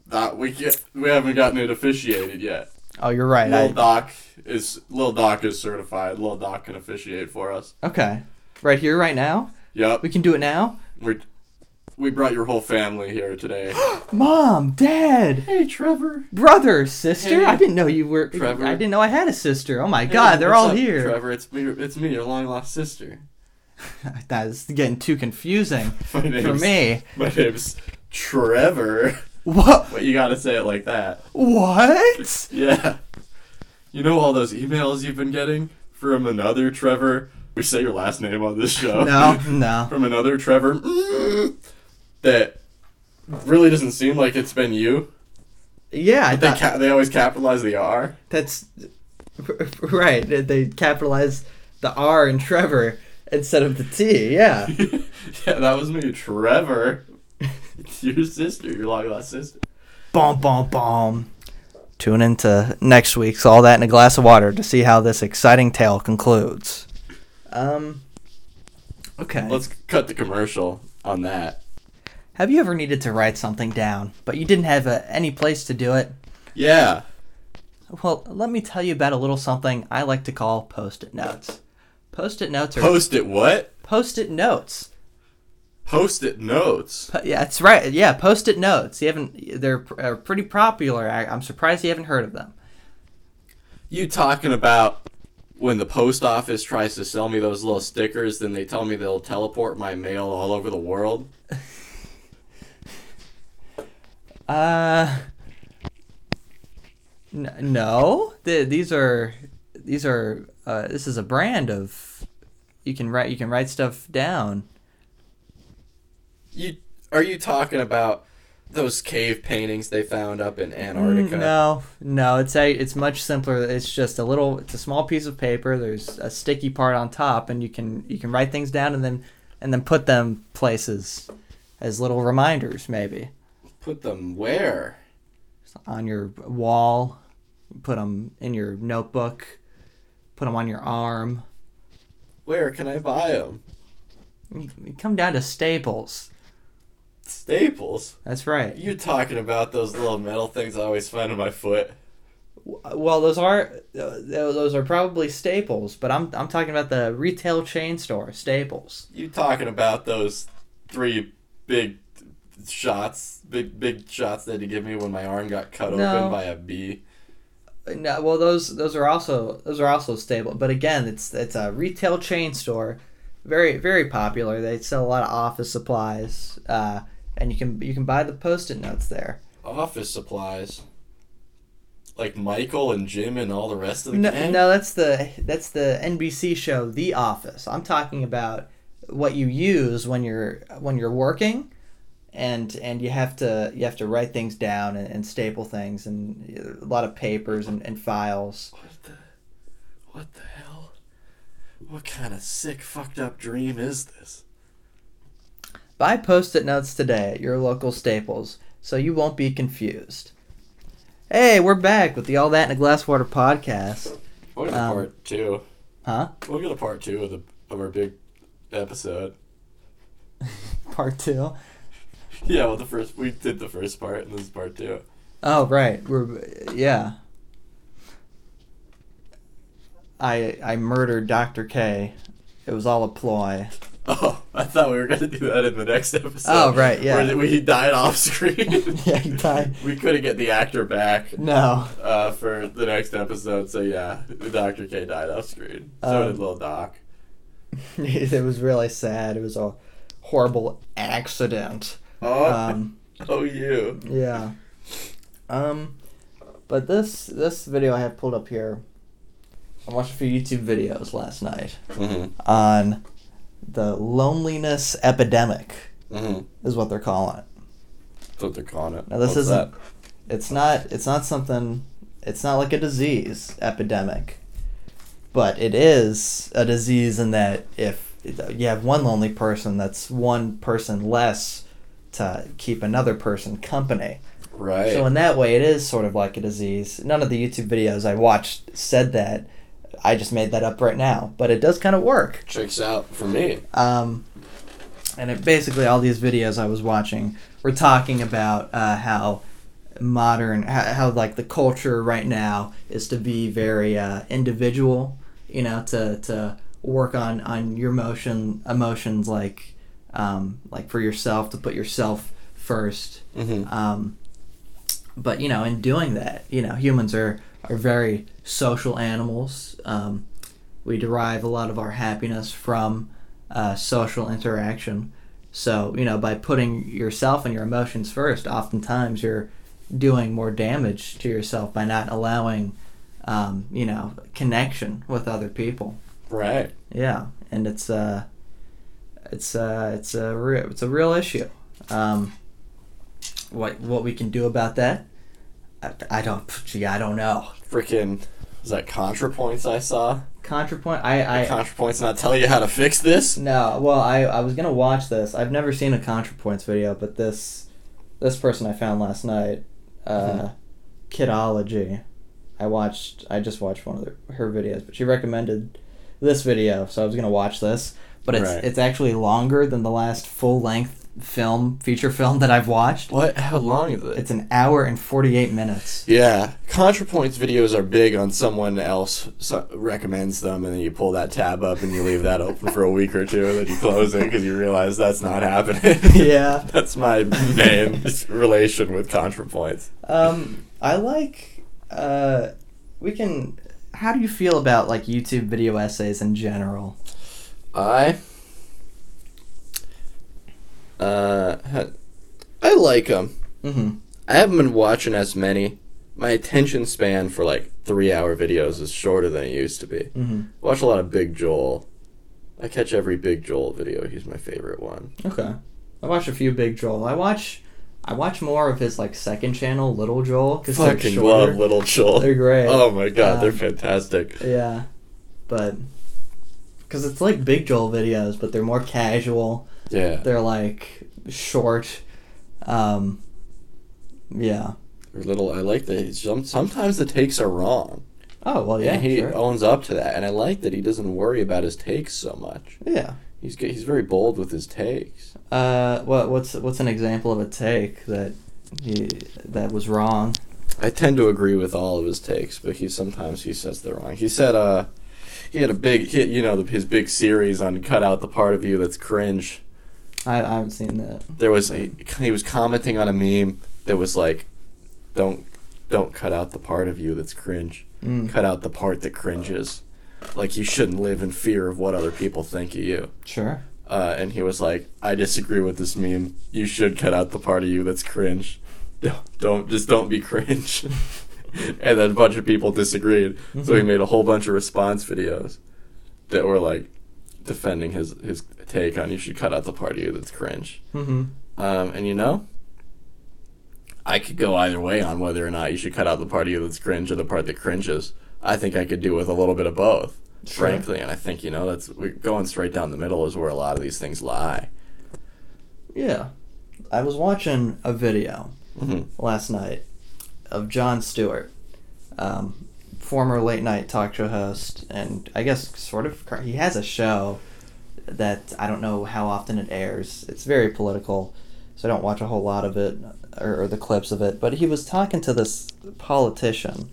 Speaker 2: That we get, we haven't gotten it officiated yet.
Speaker 1: Oh, you're right.
Speaker 2: Lil
Speaker 1: I,
Speaker 2: Doc is Lil Doc is certified. Lil Doc can officiate for us.
Speaker 1: okay. Right here, right now.
Speaker 2: Yep,
Speaker 1: We can do it now.
Speaker 2: we we brought your whole family
Speaker 1: <gasps>
Speaker 2: here today.
Speaker 1: Mom, Dad,
Speaker 2: hey, Trevor.
Speaker 1: brother, sister.
Speaker 2: Hey,
Speaker 1: I didn't know you were.
Speaker 2: Trevor.
Speaker 1: I didn't know I had a sister. Oh my God, they're all here.
Speaker 2: Trevor, it's me. It's me, your long lost sister.
Speaker 1: <laughs> That's getting too confusing
Speaker 2: <laughs> My name's,
Speaker 1: for me.
Speaker 2: My name's Trevor.
Speaker 1: What?
Speaker 2: But you gotta say it like that.
Speaker 1: What?
Speaker 2: Yeah. You know all those emails you've been getting from another Trevor? We say your last name on this show. <laughs>
Speaker 1: No, no.
Speaker 2: from another Trevor Mm. that really doesn't seem like it's been you.
Speaker 1: Yeah, I
Speaker 2: They
Speaker 1: thought
Speaker 2: ca- they always capitalize the R. <laughs>
Speaker 1: that's <laughs> right. They- They capitalized the R in Trevor instead of the T.
Speaker 2: <laughs>
Speaker 1: Yeah.
Speaker 2: yeah, that was me, Trevor. <laughs> It's your sister, your long lost sister.
Speaker 1: Bom bom bom. Tune into next week's All That in a Glass of Water to see how this exciting tale concludes. Um Okay.
Speaker 2: Let's cut the commercial on that.
Speaker 1: have you ever needed to write something down, but you didn't have uh any place to do it?
Speaker 2: Yeah.
Speaker 1: Well, let me tell you about a little something I like to call post-it notes. Post-it notes are
Speaker 2: Post it what?
Speaker 1: post-it notes.
Speaker 2: Post it notes.
Speaker 1: Po- Yeah, that's right. Yeah, post-it notes. You haven't. They're pr- are pretty popular. I, I'm surprised you haven't heard of them.
Speaker 2: You talking about when the post office tries to sell me those little stickers, then they tell me they'll teleport my mail all over the world?
Speaker 1: Uh, n- no. Th- these are these are. Uh, this is a brand of. You can write. You can write stuff down.
Speaker 2: You are you talking about those cave paintings they found up in Antarctica?
Speaker 1: Mm, No, no. It's a, It's much simpler. It's just a little. It's a small piece of paper. There's a sticky part on top, and you can you can write things down, and then and then put them places as little reminders, maybe.
Speaker 2: Put them where?
Speaker 1: on your wall, put them in your notebook, put them on your arm.
Speaker 2: Where can I buy them?
Speaker 1: You- you Come down to Staples.
Speaker 2: Staples.
Speaker 1: That's right.
Speaker 2: You talking about those little metal things I always find on my foot?
Speaker 1: Well, those are uh, those are probably Staples, but I'm I'm talking about the retail chain store, Staples.
Speaker 2: You talking about those three big shots, big big shots they had to give me when my arm got cut
Speaker 1: No.
Speaker 2: open by a bee?
Speaker 1: No, well those those are also those are also Staples, but again, it's it's a retail chain store, very very popular. They sell a lot of office supplies, uh, and you can you can buy the post-it notes there.
Speaker 2: Office supplies. Like Michael and Jim and all the rest of the
Speaker 1: No,
Speaker 2: gang?
Speaker 1: no, that's the that's the NBC show The Office. I'm talking about what you use when you're when you're working, and and you have to you have to write things down and, and staple things and a lot of papers and, and files.
Speaker 2: What the, what the hell? What kind of sick, fucked up dream is this?
Speaker 1: Buy post-it notes today at your local Staples, so you won't be confused. Hey, we're back with the All That in a Glass Water podcast.
Speaker 2: We'll get a
Speaker 1: Um,
Speaker 2: part two.
Speaker 1: Huh?
Speaker 2: We'll get a part two of the of our big episode. <laughs>
Speaker 1: Part two.
Speaker 2: Yeah, well, the first we did the first part, and this is part two. <laughs>
Speaker 1: Oh right, we're yeah. I I murdered Doctor K. It was all a ploy.
Speaker 2: Oh, I thought we were gonna do that in the next episode.
Speaker 1: Oh, right, yeah.
Speaker 2: Where we he died off screen.
Speaker 1: <laughs> Yeah, he died.
Speaker 2: <laughs> We couldn't get the actor back
Speaker 1: No, <laughs>
Speaker 2: uh, for the next episode, so yeah, Doctor K died off screen. So
Speaker 1: Um,
Speaker 2: did Little Doc.
Speaker 1: it was really sad. It was a horrible accident. <laughs>
Speaker 2: Oh,
Speaker 1: Um,
Speaker 2: oh, you.
Speaker 1: yeah. Um, But this this video I have pulled up here, I watched a few YouTube videos last night
Speaker 2: Mm-hmm.
Speaker 1: on the loneliness epidemic
Speaker 2: Mm-hmm.
Speaker 1: is what they're calling it.
Speaker 2: That's what they're calling it.
Speaker 1: Now this
Speaker 2: What's
Speaker 1: isn't. It's not. It's not something. It's not like a disease epidemic, but it is a disease in that if you have one lonely person, that's one person less to keep another person company.
Speaker 2: that? Right.
Speaker 1: So in that way, it is sort of like a disease. None of the YouTube videos I watched said that. I just made that up right now, but it does kind of work.
Speaker 2: Checks out for me.
Speaker 1: Um, and it, basically, all these videos I was watching were talking about uh, how modern, how, how like the culture right now is to be very uh, individual. You know, to to work on on your emotion emotions like um, like for yourself to put yourself first.
Speaker 2: Mm-hmm.
Speaker 1: Um, but you know, in doing that, you know, humans are are very social animals. Um, we derive a lot of our happiness from uh, social interaction. So you know, by putting yourself and your emotions first, oftentimes you're doing more damage to yourself by not allowing, um, you know, connection with other people.
Speaker 2: Right.
Speaker 1: Yeah, and it's uh, it's uh, it's a re- it's a real issue. Um, what what we can do about that? I, I don't. Gee, I don't know.
Speaker 2: Freaking. Is that ContraPoints I saw?
Speaker 1: ContraPoint. I I
Speaker 2: ContraPoints not tell you how to fix this?
Speaker 1: no. Well, I I was gonna watch this. I've never seen a ContraPoints video, but this this person I found last night, uh, Kidology. I watched. I just watched one of the, her videos, but she recommended this video, so I was gonna watch this. But it's
Speaker 2: Right.
Speaker 1: it's actually longer than the last full length film feature film that I've watched.
Speaker 2: What? How long is it?
Speaker 1: It's an hour and forty eight minutes.
Speaker 2: Yeah, ContraPoints videos are big on someone else so- recommends them, and then you pull that tab up and you leave that open for a week or two, and then you close it because you realize that's not <laughs> happening.
Speaker 1: Yeah.
Speaker 2: that's my main relation with ContraPoints.
Speaker 1: Um, I like. Uh, we can. How do you feel about like YouTube video essays in general?
Speaker 2: I, uh, ha- I like them.
Speaker 1: Mm-hmm.
Speaker 2: I haven't been watching as many. My attention span for like three-hour videos is shorter than it used to be.
Speaker 1: Mm-hmm.
Speaker 2: Watch a lot of Big Joel. I catch every Big Joel video. He's my favorite one.
Speaker 1: Okay. I watch a few Big Joel. I watch. I watch more of his like second channel, Little Joel, because they're
Speaker 2: Fucking
Speaker 1: shorter.
Speaker 2: love Little Joel.
Speaker 1: They're great.
Speaker 2: Oh my god, they're
Speaker 1: Um,
Speaker 2: fantastic.
Speaker 1: Yeah, but because it's like Big Joel videos, but they're more casual.
Speaker 2: Yeah,
Speaker 1: They're like short. Um, yeah.
Speaker 2: they're little. I like that. Some, sometimes the takes are wrong.
Speaker 1: Oh well, yeah.
Speaker 2: and he
Speaker 1: sure.
Speaker 2: owns up to that. And I like that he doesn't worry about his takes so much.
Speaker 1: Yeah.
Speaker 2: He's g- he's very bold with his takes.
Speaker 1: Uh, what what's what's an example of a take that he, that was wrong?
Speaker 2: I tend to agree with all of his takes, but he sometimes he says they're wrong. He said, uh, he had a big hit. You know, the, his big series on cut out the part of you that's cringe.
Speaker 1: I, I haven't seen that.
Speaker 2: there was a, he was commenting on a meme that was like, "Don't don't cut out the part of you that's cringe.
Speaker 1: Mm,
Speaker 2: Cut out the part that cringes. Like you shouldn't live in fear of what other people think of you."
Speaker 1: sure.
Speaker 2: Uh, and he was like, "I disagree with this meme. You should cut out the part of you that's cringe. Don't, don't just don't be cringe." <laughs> and then a bunch of people disagreed, so he
Speaker 1: Mhm.
Speaker 2: made a whole bunch of response videos that were like defending his his take on you should cut out the part of you that's cringe.
Speaker 1: Mm-hmm.
Speaker 2: Um, and you know, I could go either way on whether or not you should cut out the part of you that's cringe or the part that cringes. I think I could do with a little bit of both,
Speaker 1: Sure.
Speaker 2: frankly. And I think you know that's we're going straight down the middle is where a lot of these things lie.
Speaker 1: Yeah, I was watching a video
Speaker 2: hmm
Speaker 1: last night of John Stewart, um, former late night talk show host, and I guess sort of cur- he has a show that I don't know how often it airs. It's very political, so I don't watch a whole lot of it or, or the clips of it. But he was talking to this politician,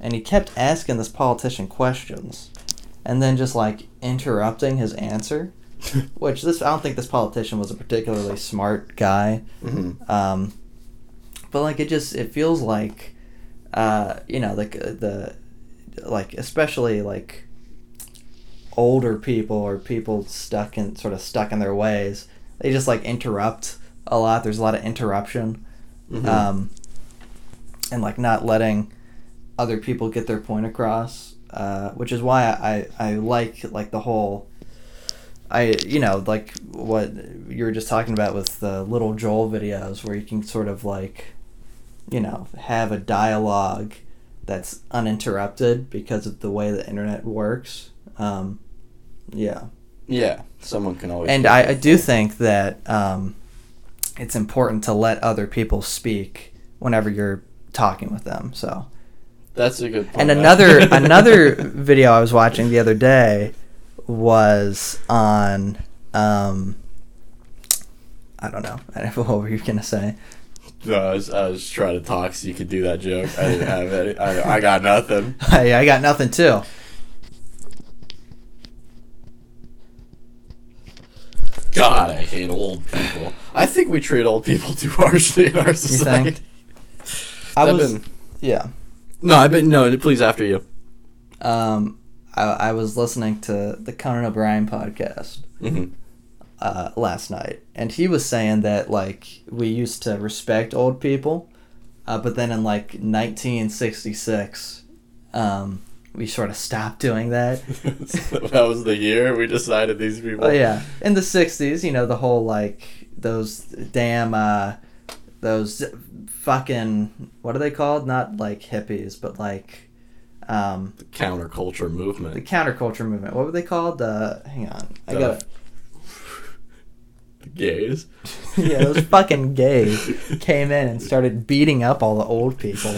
Speaker 1: and he kept asking this politician questions, and then just like interrupting his answer. <laughs> Which this I don't think this politician was a particularly smart guy.
Speaker 2: hmm
Speaker 1: Um, but like it just it feels like uh, you know like uh, the like especially like older people or people stuck in sort of stuck in their ways they just like interrupt a lot there's a lot of interruption
Speaker 2: Mhm.
Speaker 1: um, and Um, like not letting other people get their point across, uh, which is why I, I like like the whole. I you know like what you were just talking about with the little Joel videos where you can sort of like, you know, have a dialogue that's uninterrupted because of the way the internet works. Um, yeah.
Speaker 2: Yeah, someone can always.
Speaker 1: And
Speaker 2: get
Speaker 1: I,
Speaker 2: their
Speaker 1: I do
Speaker 2: thing.
Speaker 1: think that um, it's important to let other people speak whenever you're talking with them. So,
Speaker 2: that's a good. Point.
Speaker 1: and
Speaker 2: <laughs>
Speaker 1: another another video I was watching the other day was on um, I don't know. I don't know <laughs> what were you gonna say?
Speaker 2: No, I was, I was trying to talk so you could do that joke. I didn't have any. I, I got nothing.
Speaker 1: <laughs> I, I got nothing too.
Speaker 2: God, I hate old people. I think we treat old people too harshly in our society.
Speaker 1: I
Speaker 2: I've
Speaker 1: was
Speaker 2: been-
Speaker 1: yeah.
Speaker 2: no, I've been no. Please, after you.
Speaker 1: Um, I, I was listening to the Conan O'Brien podcast.
Speaker 2: hmm <laughs>
Speaker 1: uh, last night, and he was saying that like we used to respect old people, uh, but then in like 1966, um, we sort of stopped doing
Speaker 2: <laughs>
Speaker 1: that.
Speaker 2: that was the year we decided these people.
Speaker 1: Oh yeah, in the 60s, you know the whole like those damn uh, those fucking what are they called? Not like hippies, but like um,
Speaker 2: Counterculture
Speaker 1: the
Speaker 2: movement.
Speaker 1: counterculture movement. What were they called? The hang on, I
Speaker 2: The-
Speaker 1: got to
Speaker 2: The gays.
Speaker 1: <laughs> yeah, those fucking gays came in and started beating up all the old
Speaker 2: <laughs>
Speaker 1: people.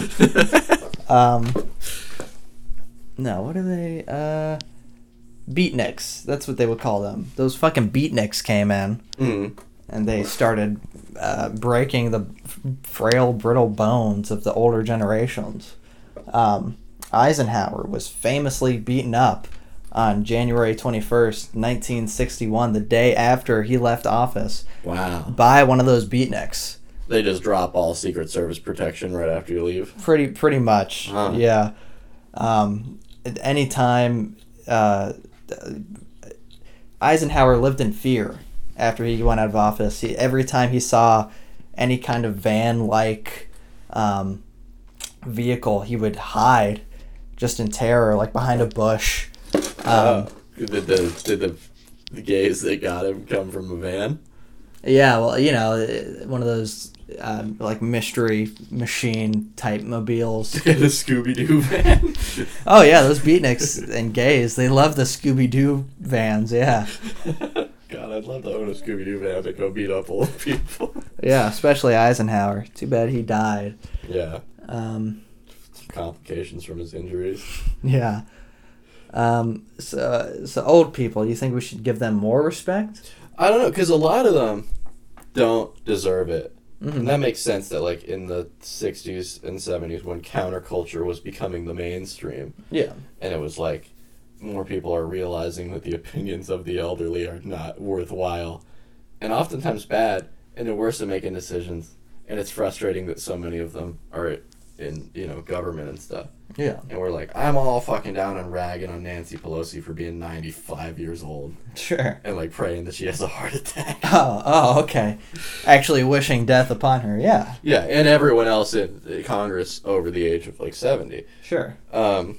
Speaker 1: Um, no, what are they? Uh, beatniks. That's what they would call them. Those fucking beatniks came in
Speaker 2: Mm.
Speaker 1: and they started uh, breaking the f- frail, brittle bones of the older generations. Um, Eisenhower was famously beaten up on January 21st, 1961, the day after he left office,
Speaker 2: Wow.
Speaker 1: by one of those beatniks.
Speaker 2: They just drop all Secret Service protection right after you leave.
Speaker 1: pretty pretty much
Speaker 2: Huh.
Speaker 1: yeah um at any time uh eisenhower lived in fear after he went out of office he, every time he saw any kind of van like um vehicle he would hide just in terror like behind a bush um,
Speaker 2: Oh. Did the did the, the gays that got him come from a van?
Speaker 1: yeah well you know uh, one of those um, like mystery machine type
Speaker 2: <laughs>
Speaker 1: mobiles
Speaker 2: In a Scooby Doo van.
Speaker 1: Oh yeah, those beatniks and gays, they love the Scooby Doo vans, yeah.
Speaker 2: <laughs> God, I'd love to own a Scooby Doo van to go beat up old people.
Speaker 1: Yeah, especially Eisenhower. Too bad he died.
Speaker 2: Yeah,
Speaker 1: Um,
Speaker 2: complications from his injuries.
Speaker 1: yeah. Um, so so old people, you think we should give them more respect?
Speaker 2: I don't know, because a lot of them don't deserve it. And
Speaker 1: hmm
Speaker 2: that makes sense that, like, in the 60s and 70s, when counterculture was becoming the mainstream,
Speaker 1: Yeah.
Speaker 2: and it was like more people are realizing that the opinions of the elderly are not worthwhile and oftentimes bad, and they're worse at making decisions. And it's frustrating that so many of them are in, you know, government and stuff.
Speaker 1: Yeah.
Speaker 2: And we're like, I'm all fucking down on ragging on Nancy Pelosi for being 95 years old
Speaker 1: Sure.
Speaker 2: and like praying that she has a heart attack. <laughs>
Speaker 1: Oh, oh, okay. Actually wishing death upon her, yeah.
Speaker 2: Yeah, and everyone else in Congress over the age of like seventy.
Speaker 1: Sure.
Speaker 2: Um,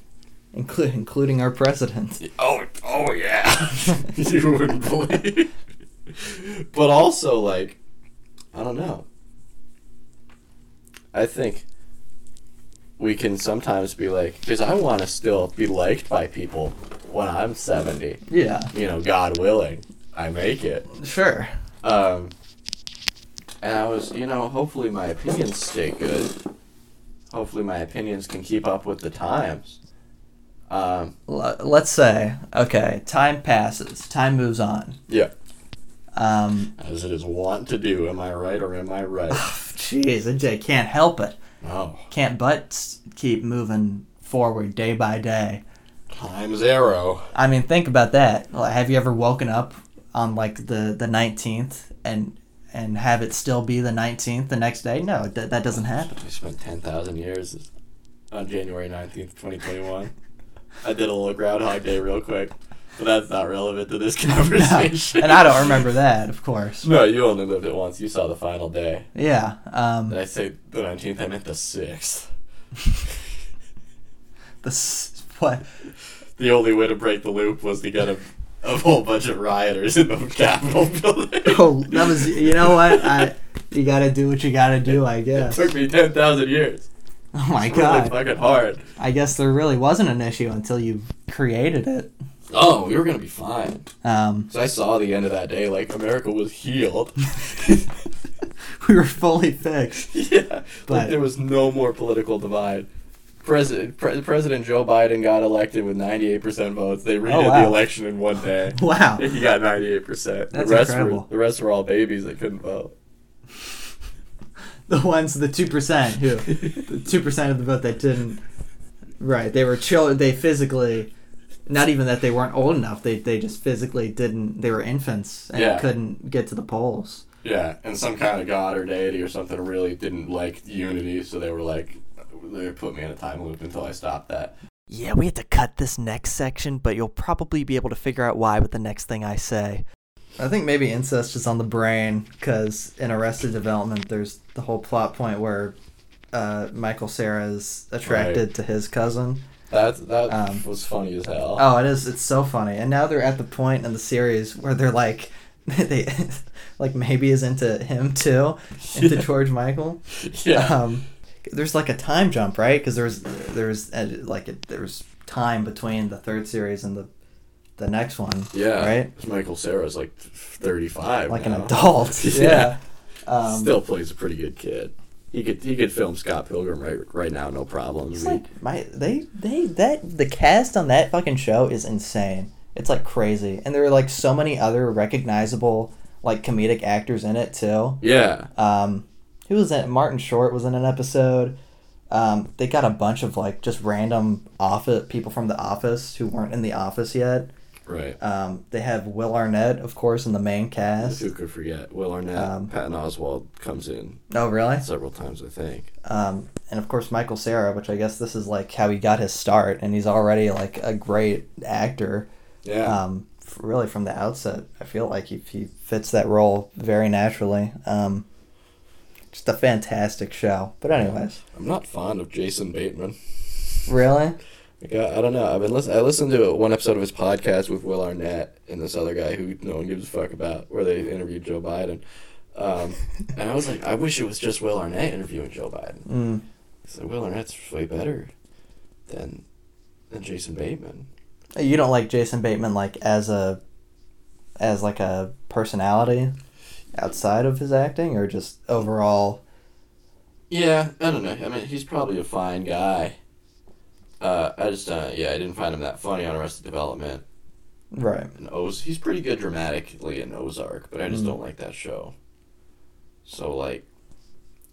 Speaker 1: Inclu- including our president.
Speaker 2: oh, oh yeah, <laughs> you wouldn't believe. but also, like, I don't know. I think we can sometimes be like, because I want to still be liked by people when I'm seventy.
Speaker 1: Yeah.
Speaker 2: You know, God willing, I make it.
Speaker 1: Sure.
Speaker 2: Um, and I was, you know, hopefully my opinions stay good. Hopefully my opinions can keep up with the times. Um,
Speaker 1: L- let's say, okay, time passes, time moves on.
Speaker 2: yeah,
Speaker 1: Um,
Speaker 2: as it is wont to do. Am I right or am I right?
Speaker 1: Jeez, I just can't help it.
Speaker 2: oh,
Speaker 1: Can't but s- keep moving forward day by day.
Speaker 2: time's arrow.
Speaker 1: I mean, think about that. Like, have you ever woken up on like the the nineteenth and and have it still be the nineteenth the next day? No, that that doesn't happen. <laughs>
Speaker 2: I spent ten thousand years on January nineteenth, twenty twenty one. I did a little Groundhog Day real quick, but that's not relevant to this
Speaker 1: <laughs> No.
Speaker 2: conversation.
Speaker 1: And I don't remember that, of course.
Speaker 2: No, you only lived it once. You saw the final day.
Speaker 1: Yeah.
Speaker 2: Did
Speaker 1: Um, <laughs>
Speaker 2: I say the nineteenth? I meant the sixth.
Speaker 1: This what?
Speaker 2: The only way to break the loop was to get a, a whole bunch of rioters in the Capitol building.
Speaker 1: Oh, that was. You know what?
Speaker 2: <laughs>
Speaker 1: I you gotta do what you gotta do. I
Speaker 2: It
Speaker 1: guess.
Speaker 2: took me 10,000 years.
Speaker 1: Oh <laughs> my
Speaker 2: It's really
Speaker 1: god.
Speaker 2: fucking hard.
Speaker 1: I guess there really wasn't an issue until you created it.
Speaker 2: Oh, we were going to be fine.
Speaker 1: Um,
Speaker 2: Because I saw the end of that day, like, America was healed. <laughs>
Speaker 1: we were fully fixed.
Speaker 2: yeah. like,
Speaker 1: But-
Speaker 2: there was no more political divide. President, pre- President Joe Biden got elected with 98% votes. They redid
Speaker 1: Oh, wow.
Speaker 2: the election in one
Speaker 1: <laughs>
Speaker 2: day.
Speaker 1: Wow.
Speaker 2: He got 98%.
Speaker 1: That's
Speaker 2: the rest
Speaker 1: incredible.
Speaker 2: Were, the rest were all babies that couldn't vote.
Speaker 1: The ones, the two percent who, the two percent of the vote that didn't. Right, they were children. They physically, not even that they weren't old enough. They they just physically didn't. They were infants and
Speaker 2: Yeah.
Speaker 1: couldn't get to the polls.
Speaker 2: Yeah, and some kind of god or deity or something really didn't like unity, so they were like, they put me in a time loop until I stopped that.
Speaker 1: Yeah, we have to cut this next section, but you'll probably be able to figure out why with the next thing I say. I think maybe incest is on the brain because in Arrested Development, there's the whole plot point where uh, Michael Sarah is attracted to his cousin.
Speaker 2: That that
Speaker 1: Um,
Speaker 2: was funny as hell.
Speaker 1: Oh, it is. It's so funny. And now they're at the point in the series where they're like, <laughs> they like maybe is into him too, <laughs> into
Speaker 2: Yeah.
Speaker 1: George Michael.
Speaker 2: yeah,
Speaker 1: Um, there's like a time jump, right? Because there's there's uh, like it there's time between the third series and the the next one.
Speaker 2: yeah.
Speaker 1: Right.
Speaker 2: Michael Sarah's like thirty five,
Speaker 1: Like an
Speaker 2: <laughs>
Speaker 1: adult. yeah. Um,
Speaker 2: Still plays a pretty good kid. He could he could film Scott Pilgrim right right now, no problem.
Speaker 1: It's like my they they that the cast on that fucking show is insane. It's like crazy, and there are like so many other recognizable like comedic actors in it too.
Speaker 2: yeah,
Speaker 1: Um, who was in Martin Short was in an episode. Um, they got a bunch of like just random office people from the office who weren't in the office yet.
Speaker 2: right.
Speaker 1: Um, they have Will Arnett, of course, in the main cast.
Speaker 2: Who could forget? Will Arnett,
Speaker 1: Um,
Speaker 2: Patton Oswald comes in
Speaker 1: Oh, really?
Speaker 2: several times, I think.
Speaker 1: Um, and of course Michael Sarah, which I guess this is like how he got his start, and he's already like a great actor.
Speaker 2: Yeah,
Speaker 1: Um, f- really from the outset, I feel like he he fits that role very naturally. Um, just a fantastic show. But anyways,
Speaker 2: I'm not fond of Jason Bateman.
Speaker 1: really,
Speaker 2: Like, I, I don't know. I've been listen- I listened to one episode of his podcast with Will Arnett and this other guy who no one gives a fuck about, where they interviewed Joe Biden. Um, and I was like, I wish it was just Will Arnett interviewing Joe Biden.
Speaker 1: mm,
Speaker 2: So Will Arnett's way better than than Jason Bateman.
Speaker 1: you don't like Jason Bateman like as a as like a personality outside of his acting, or just overall.
Speaker 2: Yeah, I don't know. I mean, he's probably a fine guy. Uh, I just uh, yeah, I didn't find him that funny on Arrested Development.
Speaker 1: Right.
Speaker 2: And Oz, he's pretty good dramatically in Ozark, but I just
Speaker 1: Mm.
Speaker 2: don't like that show. So like,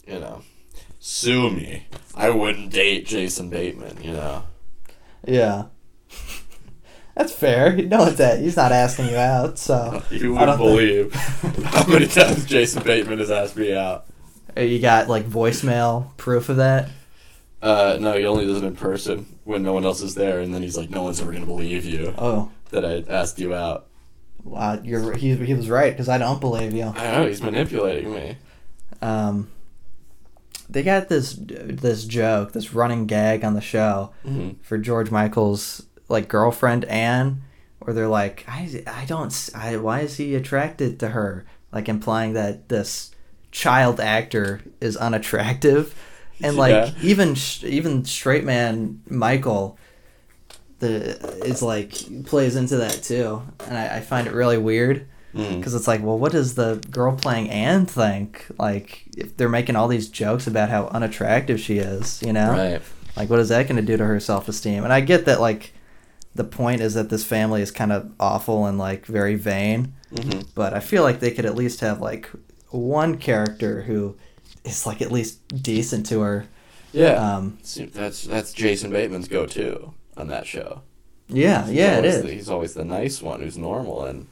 Speaker 2: you know, sue me. I wouldn't date Jason Bateman. You know,
Speaker 1: Yeah. That's fair. You know that he's not asking you out, so
Speaker 2: <laughs> you
Speaker 1: Uh, I don't
Speaker 2: wouldn't
Speaker 1: <laughs>
Speaker 2: believe how many times Jason Bateman has asked me out.
Speaker 1: you got like voicemail proof of that.
Speaker 2: Uh, no, he only does it in person when no one else is there, and then he's like, "No one's ever gonna believe you
Speaker 1: Oh,
Speaker 2: that I asked you out."
Speaker 1: wow, you're he, he was right because I don't believe you.
Speaker 2: I don't know. He's manipulating me.
Speaker 1: Um, they got this this joke, this running gag on the show
Speaker 2: hmm
Speaker 1: for George Michael's like girlfriend Anne, where they're like, I I don't s- I why is he attracted to her? Like implying that this child actor is unattractive, and like
Speaker 2: Yeah.
Speaker 1: even sh- even straight man Michael, the is like plays into that too, and I, I find it really weird
Speaker 2: Mm-hmm.
Speaker 1: because it's like, well, what does the girl playing Anne think? Like, if they're making all these jokes about how unattractive she is, you know,
Speaker 2: Right.
Speaker 1: like what is that going to do to her self esteem? And I get that, like, the point is that this family is kind of awful and like very vain,
Speaker 2: hmm
Speaker 1: but I feel like they could at least have like one character who is like at least decent to her.
Speaker 2: Yeah.
Speaker 1: Um,
Speaker 2: See, that's that's Jason Bateman's go-to on that show.
Speaker 1: yeah, yeah, it
Speaker 2: always
Speaker 1: is.
Speaker 2: The, he's always the nice one who's normal and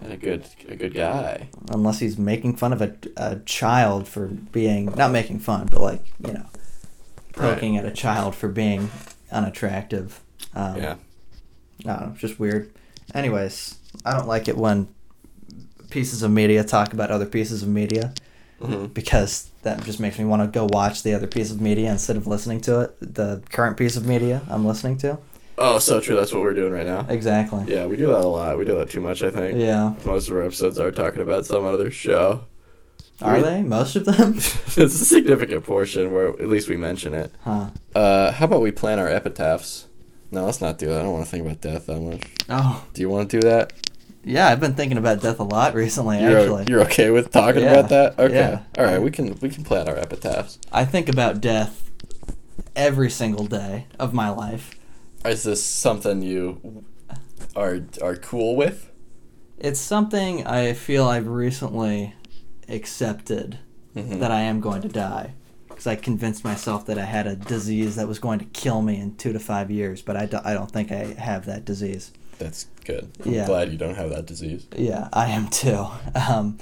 Speaker 2: and a good a good guy.
Speaker 1: Unless he's making fun of a, a child for being not making fun, but like you know, poking at a child for being unattractive. Um,
Speaker 2: Yeah.
Speaker 1: I don't know, it's just weird. Anyways, I don't like it when pieces of media talk about other pieces of media.
Speaker 2: Mhm.
Speaker 1: because that just makes me want to go watch the other piece of media instead of listening to it. The current piece of media I'm listening to.
Speaker 2: Oh, so true. That's what we're doing right now.
Speaker 1: Exactly.
Speaker 2: Yeah, we do that a lot. We do that too much, I think.
Speaker 1: Yeah.
Speaker 2: Most of our episodes are talking about some other show. <laughs>
Speaker 1: Are
Speaker 2: We-
Speaker 1: they most of
Speaker 2: <laughs>
Speaker 1: them?
Speaker 2: it's a significant portion where at least we mention it.
Speaker 1: huh.
Speaker 2: Uh, how about we plan our epitaphs? No, let's not do that. I don't want to think about death that much.
Speaker 1: Oh.
Speaker 2: Do you want to do that?
Speaker 1: Yeah, I've been thinking about death a lot recently.
Speaker 2: you're,
Speaker 1: actually,
Speaker 2: you're okay with talking
Speaker 1: Yeah,
Speaker 2: about that? Okay.
Speaker 1: yeah.
Speaker 2: All right, we can we can plan our epitaphs.
Speaker 1: I think about death every single day of my life.
Speaker 2: Is this something you are are cool with?
Speaker 1: It's something I feel I've recently accepted
Speaker 2: Mhm.
Speaker 1: that I am going to die. Because I convinced myself that I had a disease that was going to kill me in two to five years, but I, do, I don't think I have that disease.
Speaker 2: That's good.
Speaker 1: Yeah.
Speaker 2: I'm glad you don't have that disease.
Speaker 1: Yeah, <laughs> I am too. Um,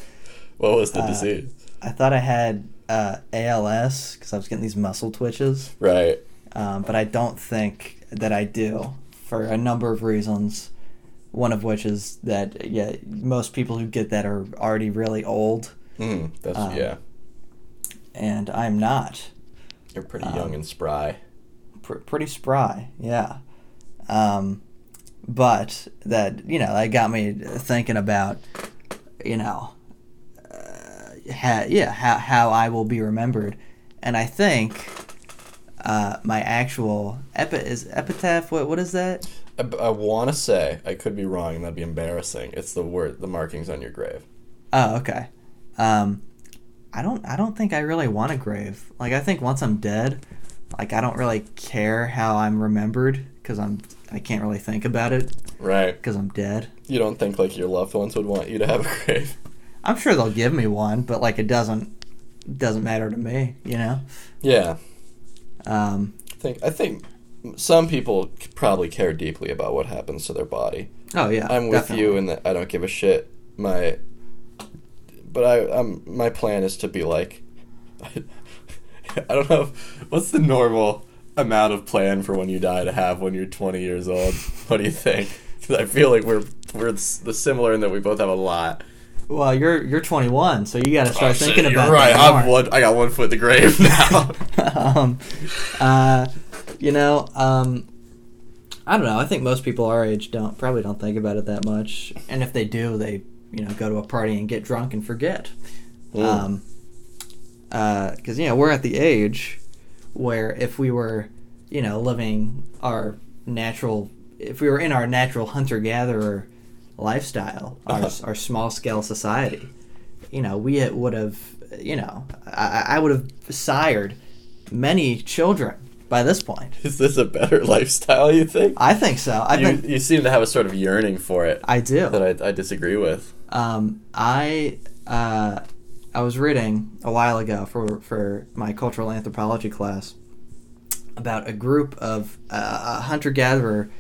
Speaker 2: What was the
Speaker 1: Uh,
Speaker 2: disease?
Speaker 1: I thought I had uh, ALS because I was getting these muscle twitches,
Speaker 2: Right.
Speaker 1: um, but I don't think that I do for a number of reasons. One of which is that yeah, most people who get that are already really old,
Speaker 2: Mm, that's
Speaker 1: Um,
Speaker 2: yeah.
Speaker 1: and I'm not.
Speaker 2: You're pretty
Speaker 1: um,
Speaker 2: young and spry.
Speaker 1: pr- pretty spry, yeah. Um, but that you know that got me thinking about you know uh, ha- yeah how how I will be remembered, and I think uh, my actual epi- is epitaph. What what is that?
Speaker 2: I, want to say I could be wrong, and that'd be embarrassing. It's the word, the markings on your grave.
Speaker 1: Oh okay. Um, I don't I don't think I really want a grave. Like I think once I'm dead, like I don't really care how I'm remembered because I'm I can't really think about it
Speaker 2: Right.
Speaker 1: because I'm dead.
Speaker 2: You don't think like your loved ones would want you to have a grave?
Speaker 1: I'm sure they'll give me one, but like it doesn't doesn't matter to me, you know.
Speaker 2: Yeah.
Speaker 1: Um,
Speaker 2: I think I think some people c- probably care deeply about what happens to their body.
Speaker 1: oh yeah,
Speaker 2: I'm with
Speaker 1: definitely.
Speaker 2: you in that I don't give a shit. My, but I um my plan is to be like, <laughs> I, don't know if- what's the normal amount of plan for when you die to have when you're 20 years old. <laughs> What do you think? 'Cause I feel like we're we're s- the similar in that we both have a lot.
Speaker 1: Well, you're you're 21, so you got to start
Speaker 2: Oh, shit,
Speaker 1: thinking
Speaker 2: you're
Speaker 1: about
Speaker 2: right.
Speaker 1: that
Speaker 2: I'm
Speaker 1: more.
Speaker 2: one. I got one foot in the grave <laughs> now.
Speaker 1: <laughs> um, uh, you know, um, I don't know. I think most people our age don't probably don't think about it that much, and if they do, they you know go to a party and get drunk and forget.
Speaker 2: Mm.
Speaker 1: Um, because you know we're at the age where if we were, you know, living our natural, if we were in our natural hunter gatherer lifestyle, our our small scale society, you know, we would have, you know, I, I would have sired many children by this point.
Speaker 2: is this a better lifestyle? You think?
Speaker 1: I think so. I've
Speaker 2: you,
Speaker 1: been,
Speaker 2: you seem to have a sort of yearning for it
Speaker 1: I do.
Speaker 2: that I, I disagree with.
Speaker 1: Um, I uh, I was reading a while ago for for my cultural anthropology class about a group of uh, a hunter gatherer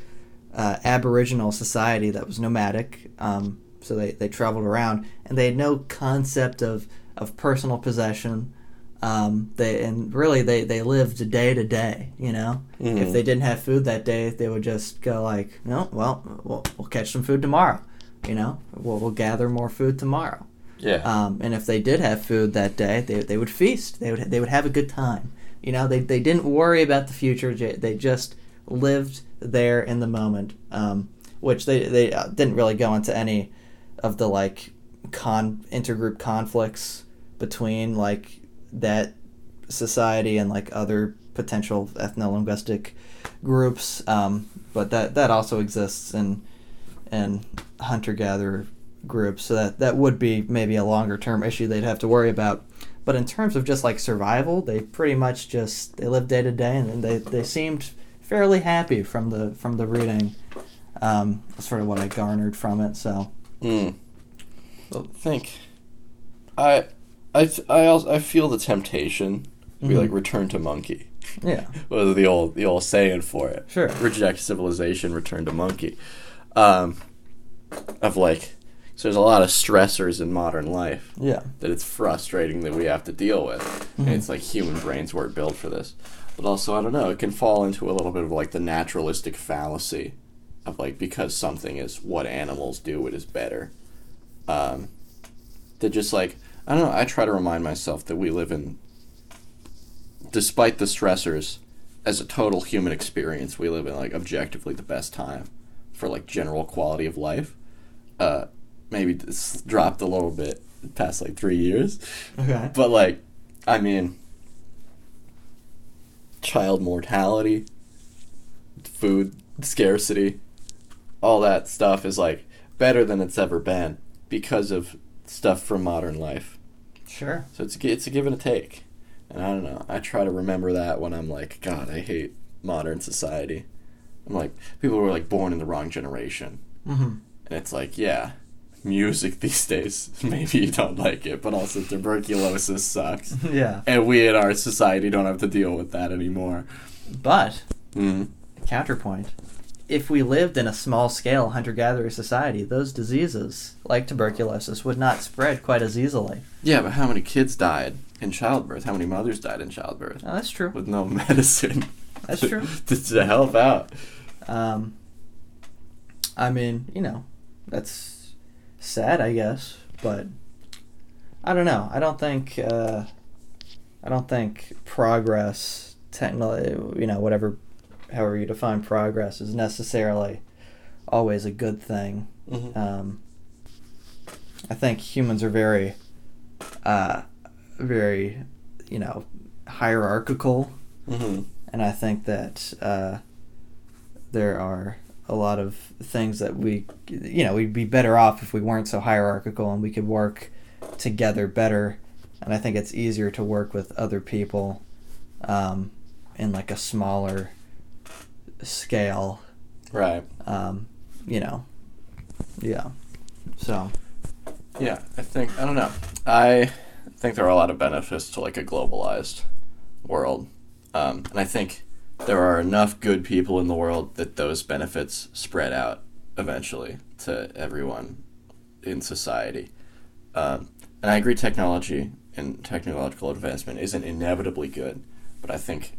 Speaker 1: uh, Aboriginal society that was nomadic. Um, so they, they traveled around and they had no concept of, of personal possession. Um, they and really they, they lived day to day. You know, if they didn't have food that day, they would just go like, no, well, we'll, we'll catch some food tomorrow. You know, we'll, we'll gather more food tomorrow.
Speaker 2: Yeah.
Speaker 1: Um, and if they did have food that day, they, they would feast. They would they would have a good time. You know, they, they didn't worry about the future. J- They just lived there in the moment, um, which they they uh, didn't really go into any of the like con intergroup conflicts between like that society and like other potential ethno-linguistic groups. Um, but that that also exists in and hunter gatherer groups. So that, that would be maybe a longer term issue they'd have to worry about. But in terms of just like survival, they pretty much just they live day to day, and then they, they seemed fairly happy from the from the reading. Um, that's sort of what I garnered from it. So
Speaker 2: Mm. I think I I I also, I feel the temptation to be
Speaker 1: Mhm.
Speaker 2: like return to monkey. <laughs>
Speaker 1: yeah,
Speaker 2: Was the old the old saying for it?
Speaker 1: Sure.
Speaker 2: Reject civilization, return to monkey. Um, of like, so there's a lot of stressors in modern life
Speaker 1: yeah,
Speaker 2: that it's frustrating that we have to deal with. And it's like human brains weren't built for this. But also, I don't know, it can fall into a little bit of like the naturalistic fallacy of like because something is what animals do, it is better. Um, that just like, I don't know. I try to remind myself that we live in, despite the stressors, as a total human experience, we live in like objectively the best time for like general quality of life. Uh, maybe it's dropped a little bit past like three years,
Speaker 1: Okay.
Speaker 2: but like, I mean, child mortality, food scarcity, all that stuff is like better than it's ever been because of stuff from modern life.
Speaker 1: Sure.
Speaker 2: So it's a gi- it's a give and a take, and I don't know. I try to remember that when I'm like, God, I hate modern society. I'm like, people were like born in the wrong generation,
Speaker 1: Mm-hmm. <laughs>
Speaker 2: and it's like, yeah, music these days. <laughs> Maybe you don't like it, but also tuberculosis sucks,
Speaker 1: <laughs> Yeah.
Speaker 2: and we in our society don't have to deal with that anymore.
Speaker 1: But
Speaker 2: Mm.
Speaker 1: counterpoint. If we lived in a small scale hunter gatherer society, those diseases, like tuberculosis, would not spread quite as easily.
Speaker 2: Yeah, but how many kids died in childbirth? How many mothers died in childbirth
Speaker 1: Now, Oh, that's true.
Speaker 2: with no <laughs> medicine?
Speaker 1: That's true.
Speaker 2: <laughs> to, to help out.
Speaker 1: Um, I mean, you know, that's sad, I guess, but I don't know. I don't think, uh, I don't think progress, technically, you know, whatever, however you define progress, is necessarily always a good thing.
Speaker 2: Mhm.
Speaker 1: Um, I think humans are very, uh, very, you know, hierarchical
Speaker 2: Mm-hmm.
Speaker 1: and I think that uh, there are a lot of things that we, you know, we'd be better off if we weren't so hierarchical and we could work together better. And I think it's easier to work with other people um, in like a smaller scale,
Speaker 2: Right.
Speaker 1: um, you know. Yeah. So,
Speaker 2: Yeah, I think I don't know. I think there are a lot of benefits to like a globalized world, um, and I think there are enough good people in the world that those benefits spread out eventually to everyone in society. Um, and I agree, technology and technological advancement isn't inevitably good, but I think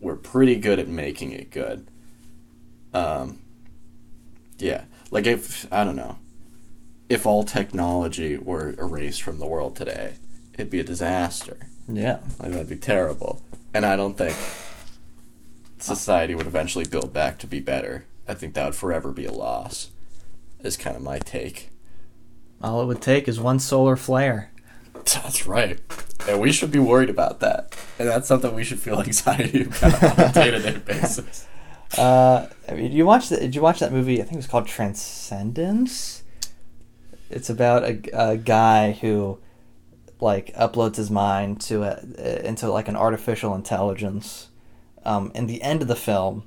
Speaker 2: we're pretty good at making it good. Um, yeah, like if I don't know if all technology were erased from the world today, it'd be a disaster.
Speaker 1: yeah.
Speaker 2: Like that'd be terrible. And I don't think society would eventually build back to be better. I think that would forever be a loss. Is kind of my take.
Speaker 1: All it would take is one solar flare.
Speaker 2: That's right. And we should be worried about that. And that's something we should feel <laughs> anxiety about on a day to day basis.
Speaker 1: Uh, I mean, you watch the, did you watch that movie? I think it was called Transcendence. It's about a, a guy who like uploads his mind to a, into like an artificial intelligence. Um, and the end of the film,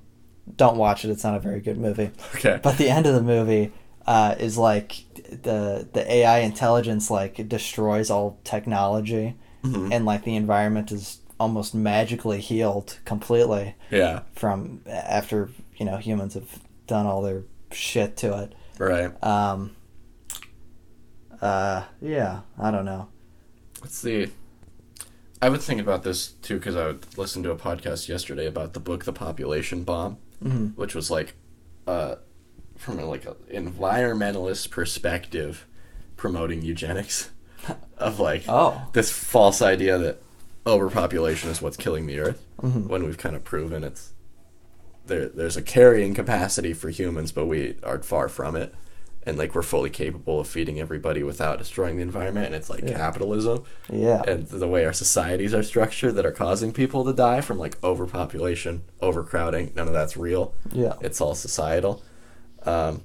Speaker 1: don't watch it. It's not a very good movie.
Speaker 2: Okay.
Speaker 1: But the end of the movie uh, is like the the AI intelligence like destroys all technology,
Speaker 2: Mhm.
Speaker 1: and like the environment is almost magically healed completely
Speaker 2: <laughs> Yeah.
Speaker 1: from after you know humans have done all their shit to it.
Speaker 2: Right.
Speaker 1: Um, uh, yeah, I don't know.
Speaker 2: Let's see. I was thinking about this too because I would listen to a podcast yesterday about the book "The Population Bomb,"
Speaker 1: Mhm.
Speaker 2: which was like, uh, from a, like an environmentalist perspective, promoting eugenics, <laughs> of like
Speaker 1: Oh,
Speaker 2: this false idea that overpopulation is what's killing the earth
Speaker 1: Mhm.
Speaker 2: when we've kind of proven it's there there's a carrying capacity for humans but we are far from it and like we're fully capable of feeding everybody without destroying the environment and it's like capitalism
Speaker 1: yeah,
Speaker 2: and the way our societies are structured that are causing people to die from like overpopulation overcrowding none of that's real
Speaker 1: yeah,
Speaker 2: it's all societal um,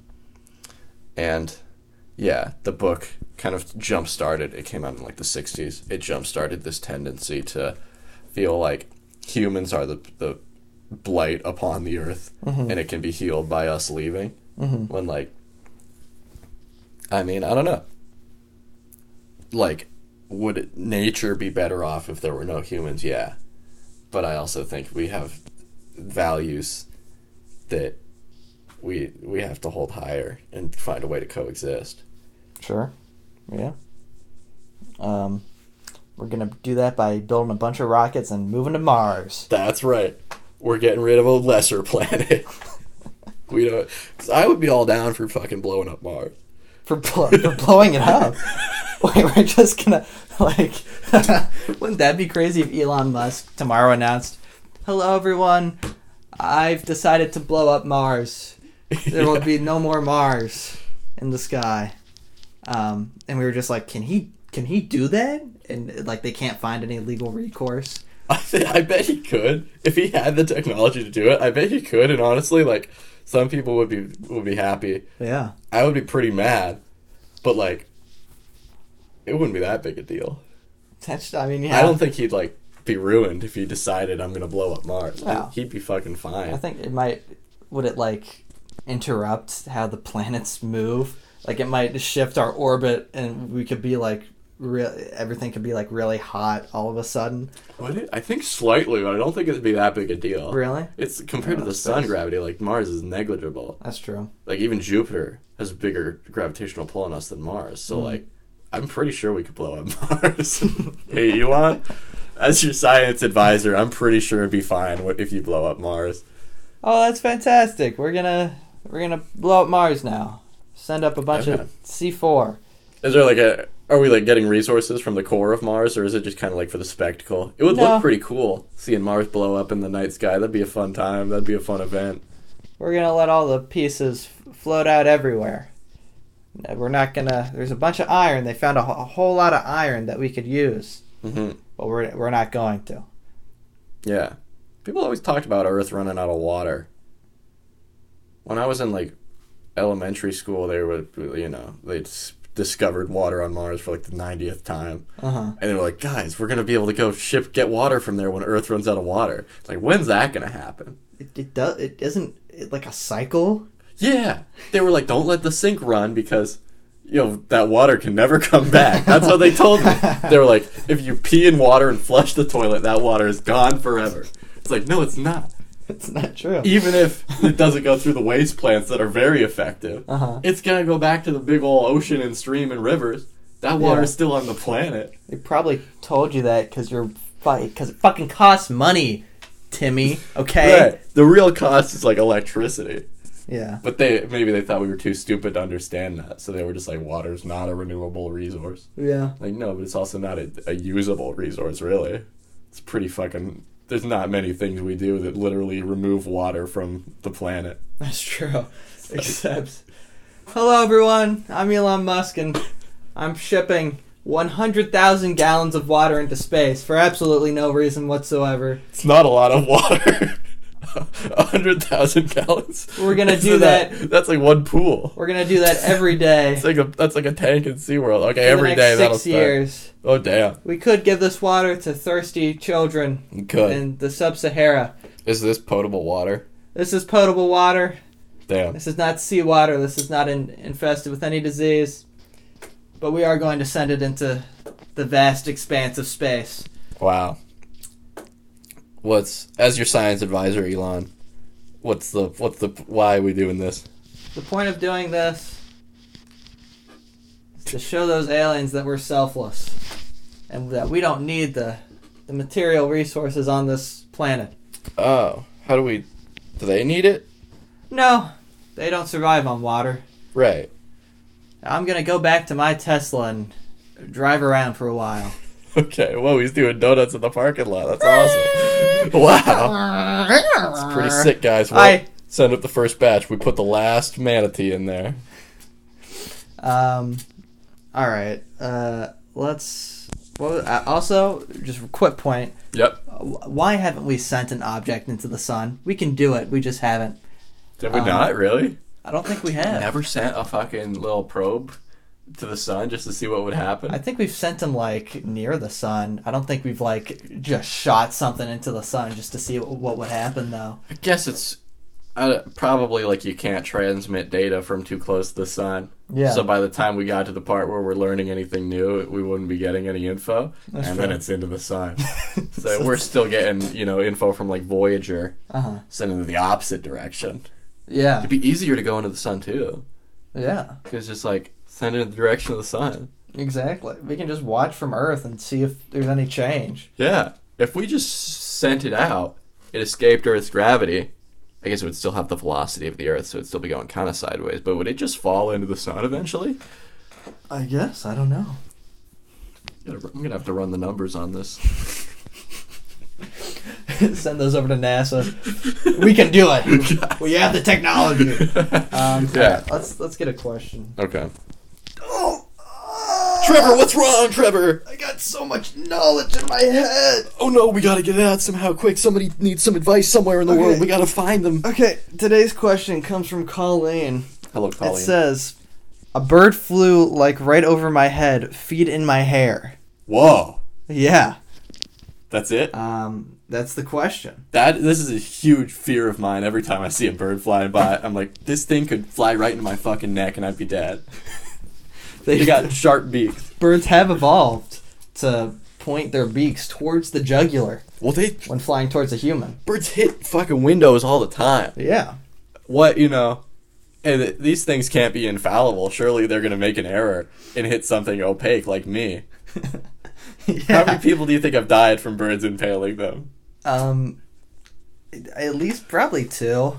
Speaker 2: and yeah the book kind of jump started it came out in like the 60s it jump started this tendency to feel like humans are the, the blight upon the earth and it can be healed by us leaving when like i mean i don't know like would it- nature be better off if there were no humans yeah but i also think we have values that we we have to hold higher and find a way to coexist.
Speaker 1: sure, yeah. Um, we're gonna do that by building a bunch of rockets and moving to Mars.
Speaker 2: That's right. We're getting rid of a lesser <laughs> planet. we don't. 'cause I would be all down for fucking blowing up Mars. <laughs>
Speaker 1: for, bl- for blowing it up. Wait, we're just gonna like, <laughs> wouldn't that be crazy if Elon Musk tomorrow announced, "Hello everyone, I've decided to blow up Mars. There
Speaker 2: <laughs>
Speaker 1: will be no more Mars in the sky." Um, and we were just like, "Can he? Can he do that?" And like, they can't find any legal recourse.
Speaker 2: I, th- I bet he could if he had the technology to do it. I bet he could, and honestly, like some people would be would be happy.
Speaker 1: Yeah.
Speaker 2: I would be pretty mad, but like, it wouldn't be that big a deal.
Speaker 1: That's, I mean, yeah.
Speaker 2: I don't think he'd like be ruined if he decided I'm gonna blow up Mars.
Speaker 1: Wow.
Speaker 2: He'd be fucking fine.
Speaker 1: I think it might. Would it like interrupt how the planets move? Like it might shift our orbit, and we could be like real. Everything could be like really hot all of a sudden.
Speaker 2: Would it? I think slightly, but I don't think it'd be that big a deal.
Speaker 1: Really?
Speaker 2: It's compared to
Speaker 1: Oh,
Speaker 2: the sun
Speaker 1: space.
Speaker 2: gravity, like Mars is negligible.
Speaker 1: That's true.
Speaker 2: Like even Jupiter has a bigger gravitational pull on us than Mars.
Speaker 1: Hmm.
Speaker 2: So like, I'm pretty sure we could blow up <laughs> Mars. hey, Elon, as your science advisor, I'm pretty sure it'd be fine wh- if you blow up Mars.
Speaker 1: Oh, that's fantastic. We're gonna we're gonna blow up Mars now. Send up a bunch
Speaker 2: Okay.
Speaker 1: of C four.
Speaker 2: Is there like a? Are we like getting resources from the core of Mars, or is it just kind of like for the spectacle? It would
Speaker 1: No.
Speaker 2: look pretty cool seeing Mars blow up in the night sky. That'd be a fun time. That'd be a fun event.
Speaker 1: We're gonna let all the pieces f- float out everywhere. No, We're not gonna. There's a bunch of iron. They found a, wh- a whole lot of iron that we could use,
Speaker 2: hmm
Speaker 1: but we're we're not going to.
Speaker 2: Yeah. People always talked about Earth running out of water. When I was in like elementary school, they were, you know, they s- discovered water on Mars for like the 90th time.
Speaker 1: Uh huh.
Speaker 2: And they were like, guys, we're going to be able to go ship, get water from there when Earth runs out of water. It's like, when's that going to happen?
Speaker 1: It, it does. It isn't it like a cycle. <laughs>
Speaker 2: Yeah. They were like, don't let the sink run because. You know, that water can never come back. That's what they told me. They were like, if you pee in water and flush the toilet, that water is gone forever. It's like, no, it's not.
Speaker 1: It's not true.
Speaker 2: even if it doesn't go through the waste plants that are very effective,
Speaker 1: Uh-huh.
Speaker 2: it's gonna go back to the big old ocean and stream and rivers. That water
Speaker 1: Yeah.
Speaker 2: is still on the planet.
Speaker 1: They probably told you that because you're because it fucking costs money, Timmy. Okay.
Speaker 2: The real cost is like electricity.
Speaker 1: Yeah.
Speaker 2: But they maybe they thought we were too stupid to understand that, so they were just like, water's not a renewable resource.
Speaker 1: Yeah. <laughs>
Speaker 2: Like no, but it's also not a, a usable resource really. It's pretty fucking. There's not many things we do that literally remove water from the planet.
Speaker 1: That's true. Except, hello everyone. I'm Elon Musk, and I'm shipping 100,000 gallons of water into space for absolutely no reason whatsoever.
Speaker 2: It's not a lot of water. <laughs> A hundred thousand gallons.
Speaker 1: We're gonna
Speaker 2: <laughs> Isn't
Speaker 1: do
Speaker 2: That's like one pool.
Speaker 1: We're gonna do that every
Speaker 2: <laughs>
Speaker 1: day
Speaker 2: It's like a that's like a tank in SeaWorld. Okay,
Speaker 1: for
Speaker 2: every
Speaker 1: the next
Speaker 2: day that'll
Speaker 1: six years.
Speaker 2: start. Oh damn.
Speaker 1: We could give this water to thirsty children
Speaker 2: Good.
Speaker 1: in the sub-Sahara.
Speaker 2: Is this potable water?
Speaker 1: This is potable water.
Speaker 2: Damn.
Speaker 1: This is not seawater. This is not in, infested with any disease. But we are going to send it into the vast expanse of space.
Speaker 2: Wow. What's as your science advisor, Elon? What's the what's the why are we doing this?
Speaker 1: The point of doing this is to show those aliens that we're selfless and that we don't need the, the material resources on this planet.
Speaker 2: Oh, how do we? Do they need it?
Speaker 1: No, they don't survive on water.
Speaker 2: Right. <laughs>
Speaker 1: I'm gonna go back to my Tesla and drive around for a while.
Speaker 2: Okay. Whoa, he's doing donuts in the parking lot.
Speaker 1: <laughs>
Speaker 2: That's awesome. Wow.
Speaker 1: It's
Speaker 2: It's pretty sick, guys. We'll
Speaker 1: I-
Speaker 2: send up the first batch. We put the last manatee in there.
Speaker 1: Um, all right. Uh, let's. Well, uh, also, just a quick point.
Speaker 2: Yep.
Speaker 1: uh, Why haven't we sent an object into the sun? We can do it. We just haven't.
Speaker 2: Did we
Speaker 1: Um,
Speaker 2: not really?
Speaker 1: I don't think we have.
Speaker 2: Never sent a fucking little probe to the sun just to see what would happen.
Speaker 1: I think we've sent them like near the sun. I don't think we've like just shot something into the sun just to see what, what would happen though.
Speaker 2: I guess it's uh, probably like you can't transmit data from too close to the sun.
Speaker 1: Yeah.
Speaker 2: So by the time we got to the part where we're learning anything new, we wouldn't be getting any info, and then
Speaker 1: true.
Speaker 2: it's into
Speaker 1: <laughs>
Speaker 2: the sun. <laughs> so we're still getting you know info from like Voyager,
Speaker 1: Uh huh.
Speaker 2: sending in the opposite direction.
Speaker 1: Yeah.
Speaker 2: It'd be easier to go into the sun too.
Speaker 1: Yeah.
Speaker 2: It's just like send it in the direction of the sun.
Speaker 1: Exactly. We can just watch from Earth and see if there's any change.
Speaker 2: Yeah. If we just sent it out, it escaped Earth's gravity. I guess it would still have the velocity of the Earth, so it'd still be going kind of sideways. But would it just fall into the sun eventually?
Speaker 1: I guess. I don't know.
Speaker 2: I'm gonna have to run the numbers on this.
Speaker 1: <laughs> Send those over to NASA. <laughs> We can do
Speaker 2: <laughs>
Speaker 1: it. We have the technology. Um,
Speaker 2: Yeah.
Speaker 1: Let's let's get a question.
Speaker 2: Okay.
Speaker 1: Oh,
Speaker 2: Trevor, what's wrong, Trevor?
Speaker 1: I got so much knowledge in my head.
Speaker 2: Oh no, we gotta get it out somehow quick. Somebody needs some advice somewhere in the
Speaker 1: Okay.
Speaker 2: world. We gotta find them.
Speaker 1: Okay, today's question comes from Colleen.
Speaker 2: Hello,
Speaker 1: It
Speaker 2: Colleen.
Speaker 1: says, "A bird flew like right over my head, feet in my hair."
Speaker 2: Whoa.
Speaker 1: Yeah.
Speaker 2: That's it?
Speaker 1: Um, that's the question.
Speaker 2: That this is a huge fear of mine. Every time I see a bird flying by, I'm like, this thing could fly right into my fucking neck and I'd be dead.
Speaker 1: They
Speaker 2: <laughs> They got sharp beaks.
Speaker 1: <laughs> birds have evolved to point their beaks towards the jugular
Speaker 2: Well, they
Speaker 1: when flying towards a human.
Speaker 2: birds hit fucking windows all the time.
Speaker 1: Yeah. <laughs>
Speaker 2: What you know? And th- these things can't be infallible. Surely they're gonna make an error and hit something opaque like me. How <laughs> many people do you think have died from birds impaling them? <laughs>
Speaker 1: Um, at least probably two,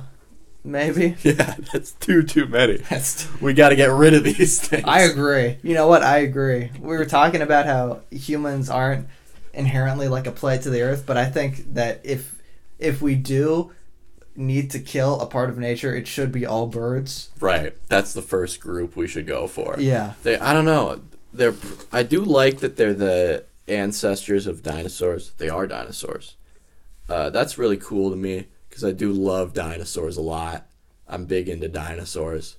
Speaker 1: maybe.
Speaker 2: Yeah, that's too too many.
Speaker 1: That's
Speaker 2: We got to get rid of these things.
Speaker 1: I agree. You know what? I agree. We were talking about how humans aren't inherently like a plague to the earth, but I think that if if we do need to kill a part of nature, it should be all birds.
Speaker 2: Right. That's the first group we should go for.
Speaker 1: Yeah.
Speaker 2: They I don't know. They're I do like that they're the ancestors of dinosaurs. They are dinosaurs. Uh, that's really cool to me because I do love dinosaurs a lot. I'm big into dinosaurs.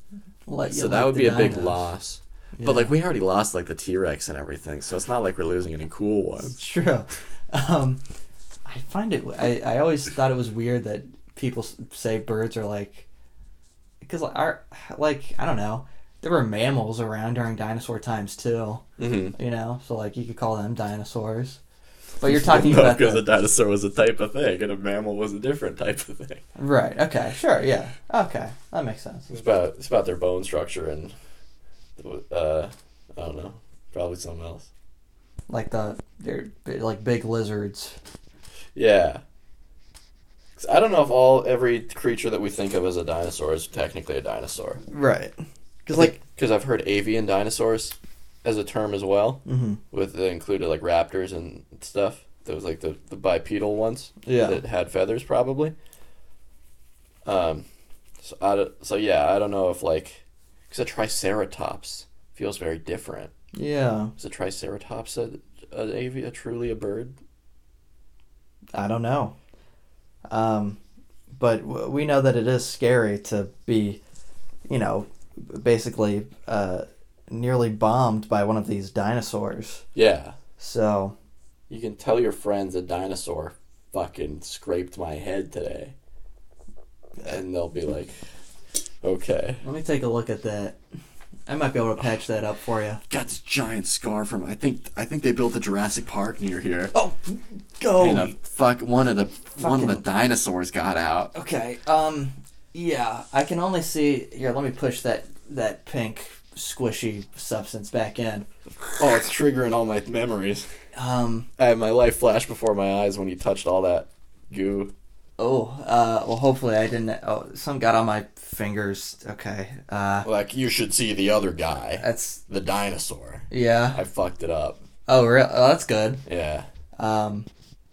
Speaker 1: Let you
Speaker 2: so
Speaker 1: like
Speaker 2: that would
Speaker 1: the
Speaker 2: be a big
Speaker 1: dinos.
Speaker 2: loss. But like we already lost like the T-Rex and everything. So it's not like we're losing any cool ones.
Speaker 1: It's <laughs> true. Um, I find it. I, I always thought it was weird that people s- say birds are like, because like, our like I don't know. There were mammals around during dinosaur times too.
Speaker 2: <laughs> Mhm.
Speaker 1: You know, so like you could call them dinosaurs. <laughs> But you're talking
Speaker 2: No,
Speaker 1: about
Speaker 2: because
Speaker 1: the,
Speaker 2: a dinosaur was a type of thing and a mammal was a different type of thing.
Speaker 1: right? Okay, sure, yeah, okay, that makes sense.
Speaker 2: It's about it's about their bone structure and uh, I don't know, probably something else.
Speaker 1: Like the they're bi- like big lizards.
Speaker 2: Yeah. 'Cause I don't know if all every creature that we think of as a dinosaur is technically a dinosaur.
Speaker 1: Right. Because like
Speaker 2: because I've heard avian dinosaurs as a term as well,
Speaker 1: Mhm.
Speaker 2: with that included like raptors and stuff. Those like the, the bipedal ones
Speaker 1: Yeah.
Speaker 2: that had feathers probably. Um, so I don't- so yeah, I don't know if like because a triceratops feels very different.
Speaker 1: yeah,
Speaker 2: Is a triceratops a, an avia truly a bird?
Speaker 1: I don't know. Um, but w- we know that it is scary to be, you know, basically uh, nearly bombed by one of these dinosaurs.
Speaker 2: Yeah.
Speaker 1: So
Speaker 2: You can tell your friends a dinosaur fucking scraped my head today. And they'll be like, okay.
Speaker 1: let me take a look at that. I might be able to patch that up for you.
Speaker 2: Got this giant scar from I think I think they built a Jurassic Park near here.
Speaker 1: Oh, go.
Speaker 2: And a fuck one of the one of the
Speaker 1: Fucking-
Speaker 2: dinosaurs got out.
Speaker 1: Okay. Um. Yeah, I can only see. Here, let me push that that pink squishy substance back in.
Speaker 2: Oh, it's triggering all my memories.
Speaker 1: Um.
Speaker 2: I had my life flash before my eyes when you touched all that goo.
Speaker 1: Oh. Uh. Well, hopefully I didn't. Oh, some got on my fingers. Okay. Uh.
Speaker 2: Like you should see the other guy,
Speaker 1: That's.
Speaker 2: the dinosaur.
Speaker 1: Yeah.
Speaker 2: I fucked it up.
Speaker 1: Oh, real. Oh, that's good.
Speaker 2: Yeah.
Speaker 1: Um.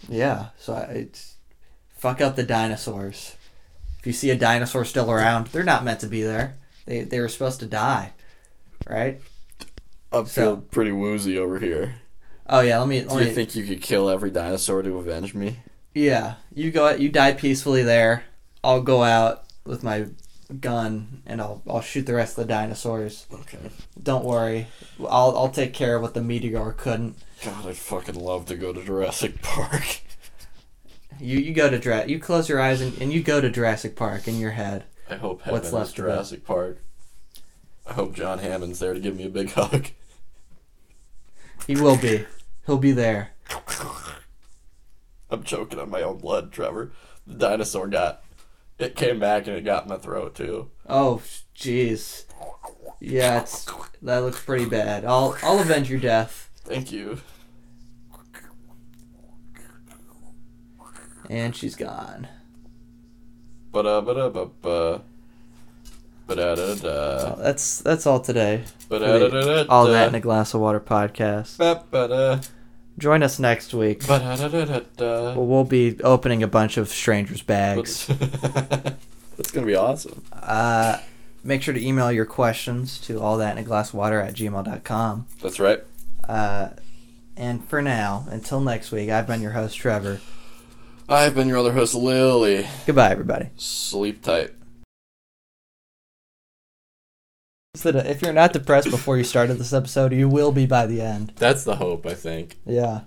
Speaker 1: Yeah. So I. It's, fuck up the dinosaurs. If you see a dinosaur still around, they're not meant to be there. They they were supposed to die, right?
Speaker 2: I'm
Speaker 1: So-
Speaker 2: feeling pretty woozy over here.
Speaker 1: Oh yeah. Let me. Let
Speaker 2: Do
Speaker 1: me
Speaker 2: you think you could kill every dinosaur to avenge me?
Speaker 1: Yeah, you go. You die peacefully there. I'll go out with my gun and I'll I'll shoot the rest of the dinosaurs.
Speaker 2: Okay.
Speaker 1: Don't worry, I'll I'll take care of what the meteor couldn't.
Speaker 2: God, I'd fucking love to go to Jurassic <laughs> Park.
Speaker 1: You you go to Dra- You close your eyes and, and you go to Jurassic Park in your head.
Speaker 2: I hope heaven
Speaker 1: What's left of
Speaker 2: What's left
Speaker 1: it?
Speaker 2: Jurassic Park. I hope John Hammond's there to give me a big <laughs> hug.
Speaker 1: He will be. He'll be there.
Speaker 2: I'm choking on my own blood, Trevor. The dinosaur got it came back and it got in my throat too.
Speaker 1: Oh jeez. Yeah, it's, that looks pretty bad. I'll I'll avenge your death.
Speaker 2: Thank you.
Speaker 1: And she's gone.
Speaker 2: But uh but uh but Ba-da-da-da.
Speaker 1: Well, that's that's all today. for the
Speaker 2: Ba-da-da-da-da.
Speaker 1: All that in a glass of water podcast.
Speaker 2: Ba-ba-da.
Speaker 1: Join us next week.
Speaker 2: Ba-da-da-da-da.
Speaker 1: Well, we'll be opening a bunch of strangers' bags.
Speaker 2: <laughs> That's gonna be awesome.
Speaker 1: Uh, make sure to email your questions to all that in a glass of water at gmail.com.
Speaker 2: That's right.
Speaker 1: Uh, and for now, until next week, I've been your host, Trevor.
Speaker 2: I've been your other host, Lily.
Speaker 1: Goodbye, everybody.
Speaker 2: Sleep tight.
Speaker 1: So that If you're not depressed before you started this episode, you will be by the end.
Speaker 2: That's the hope, I think.
Speaker 1: Yeah.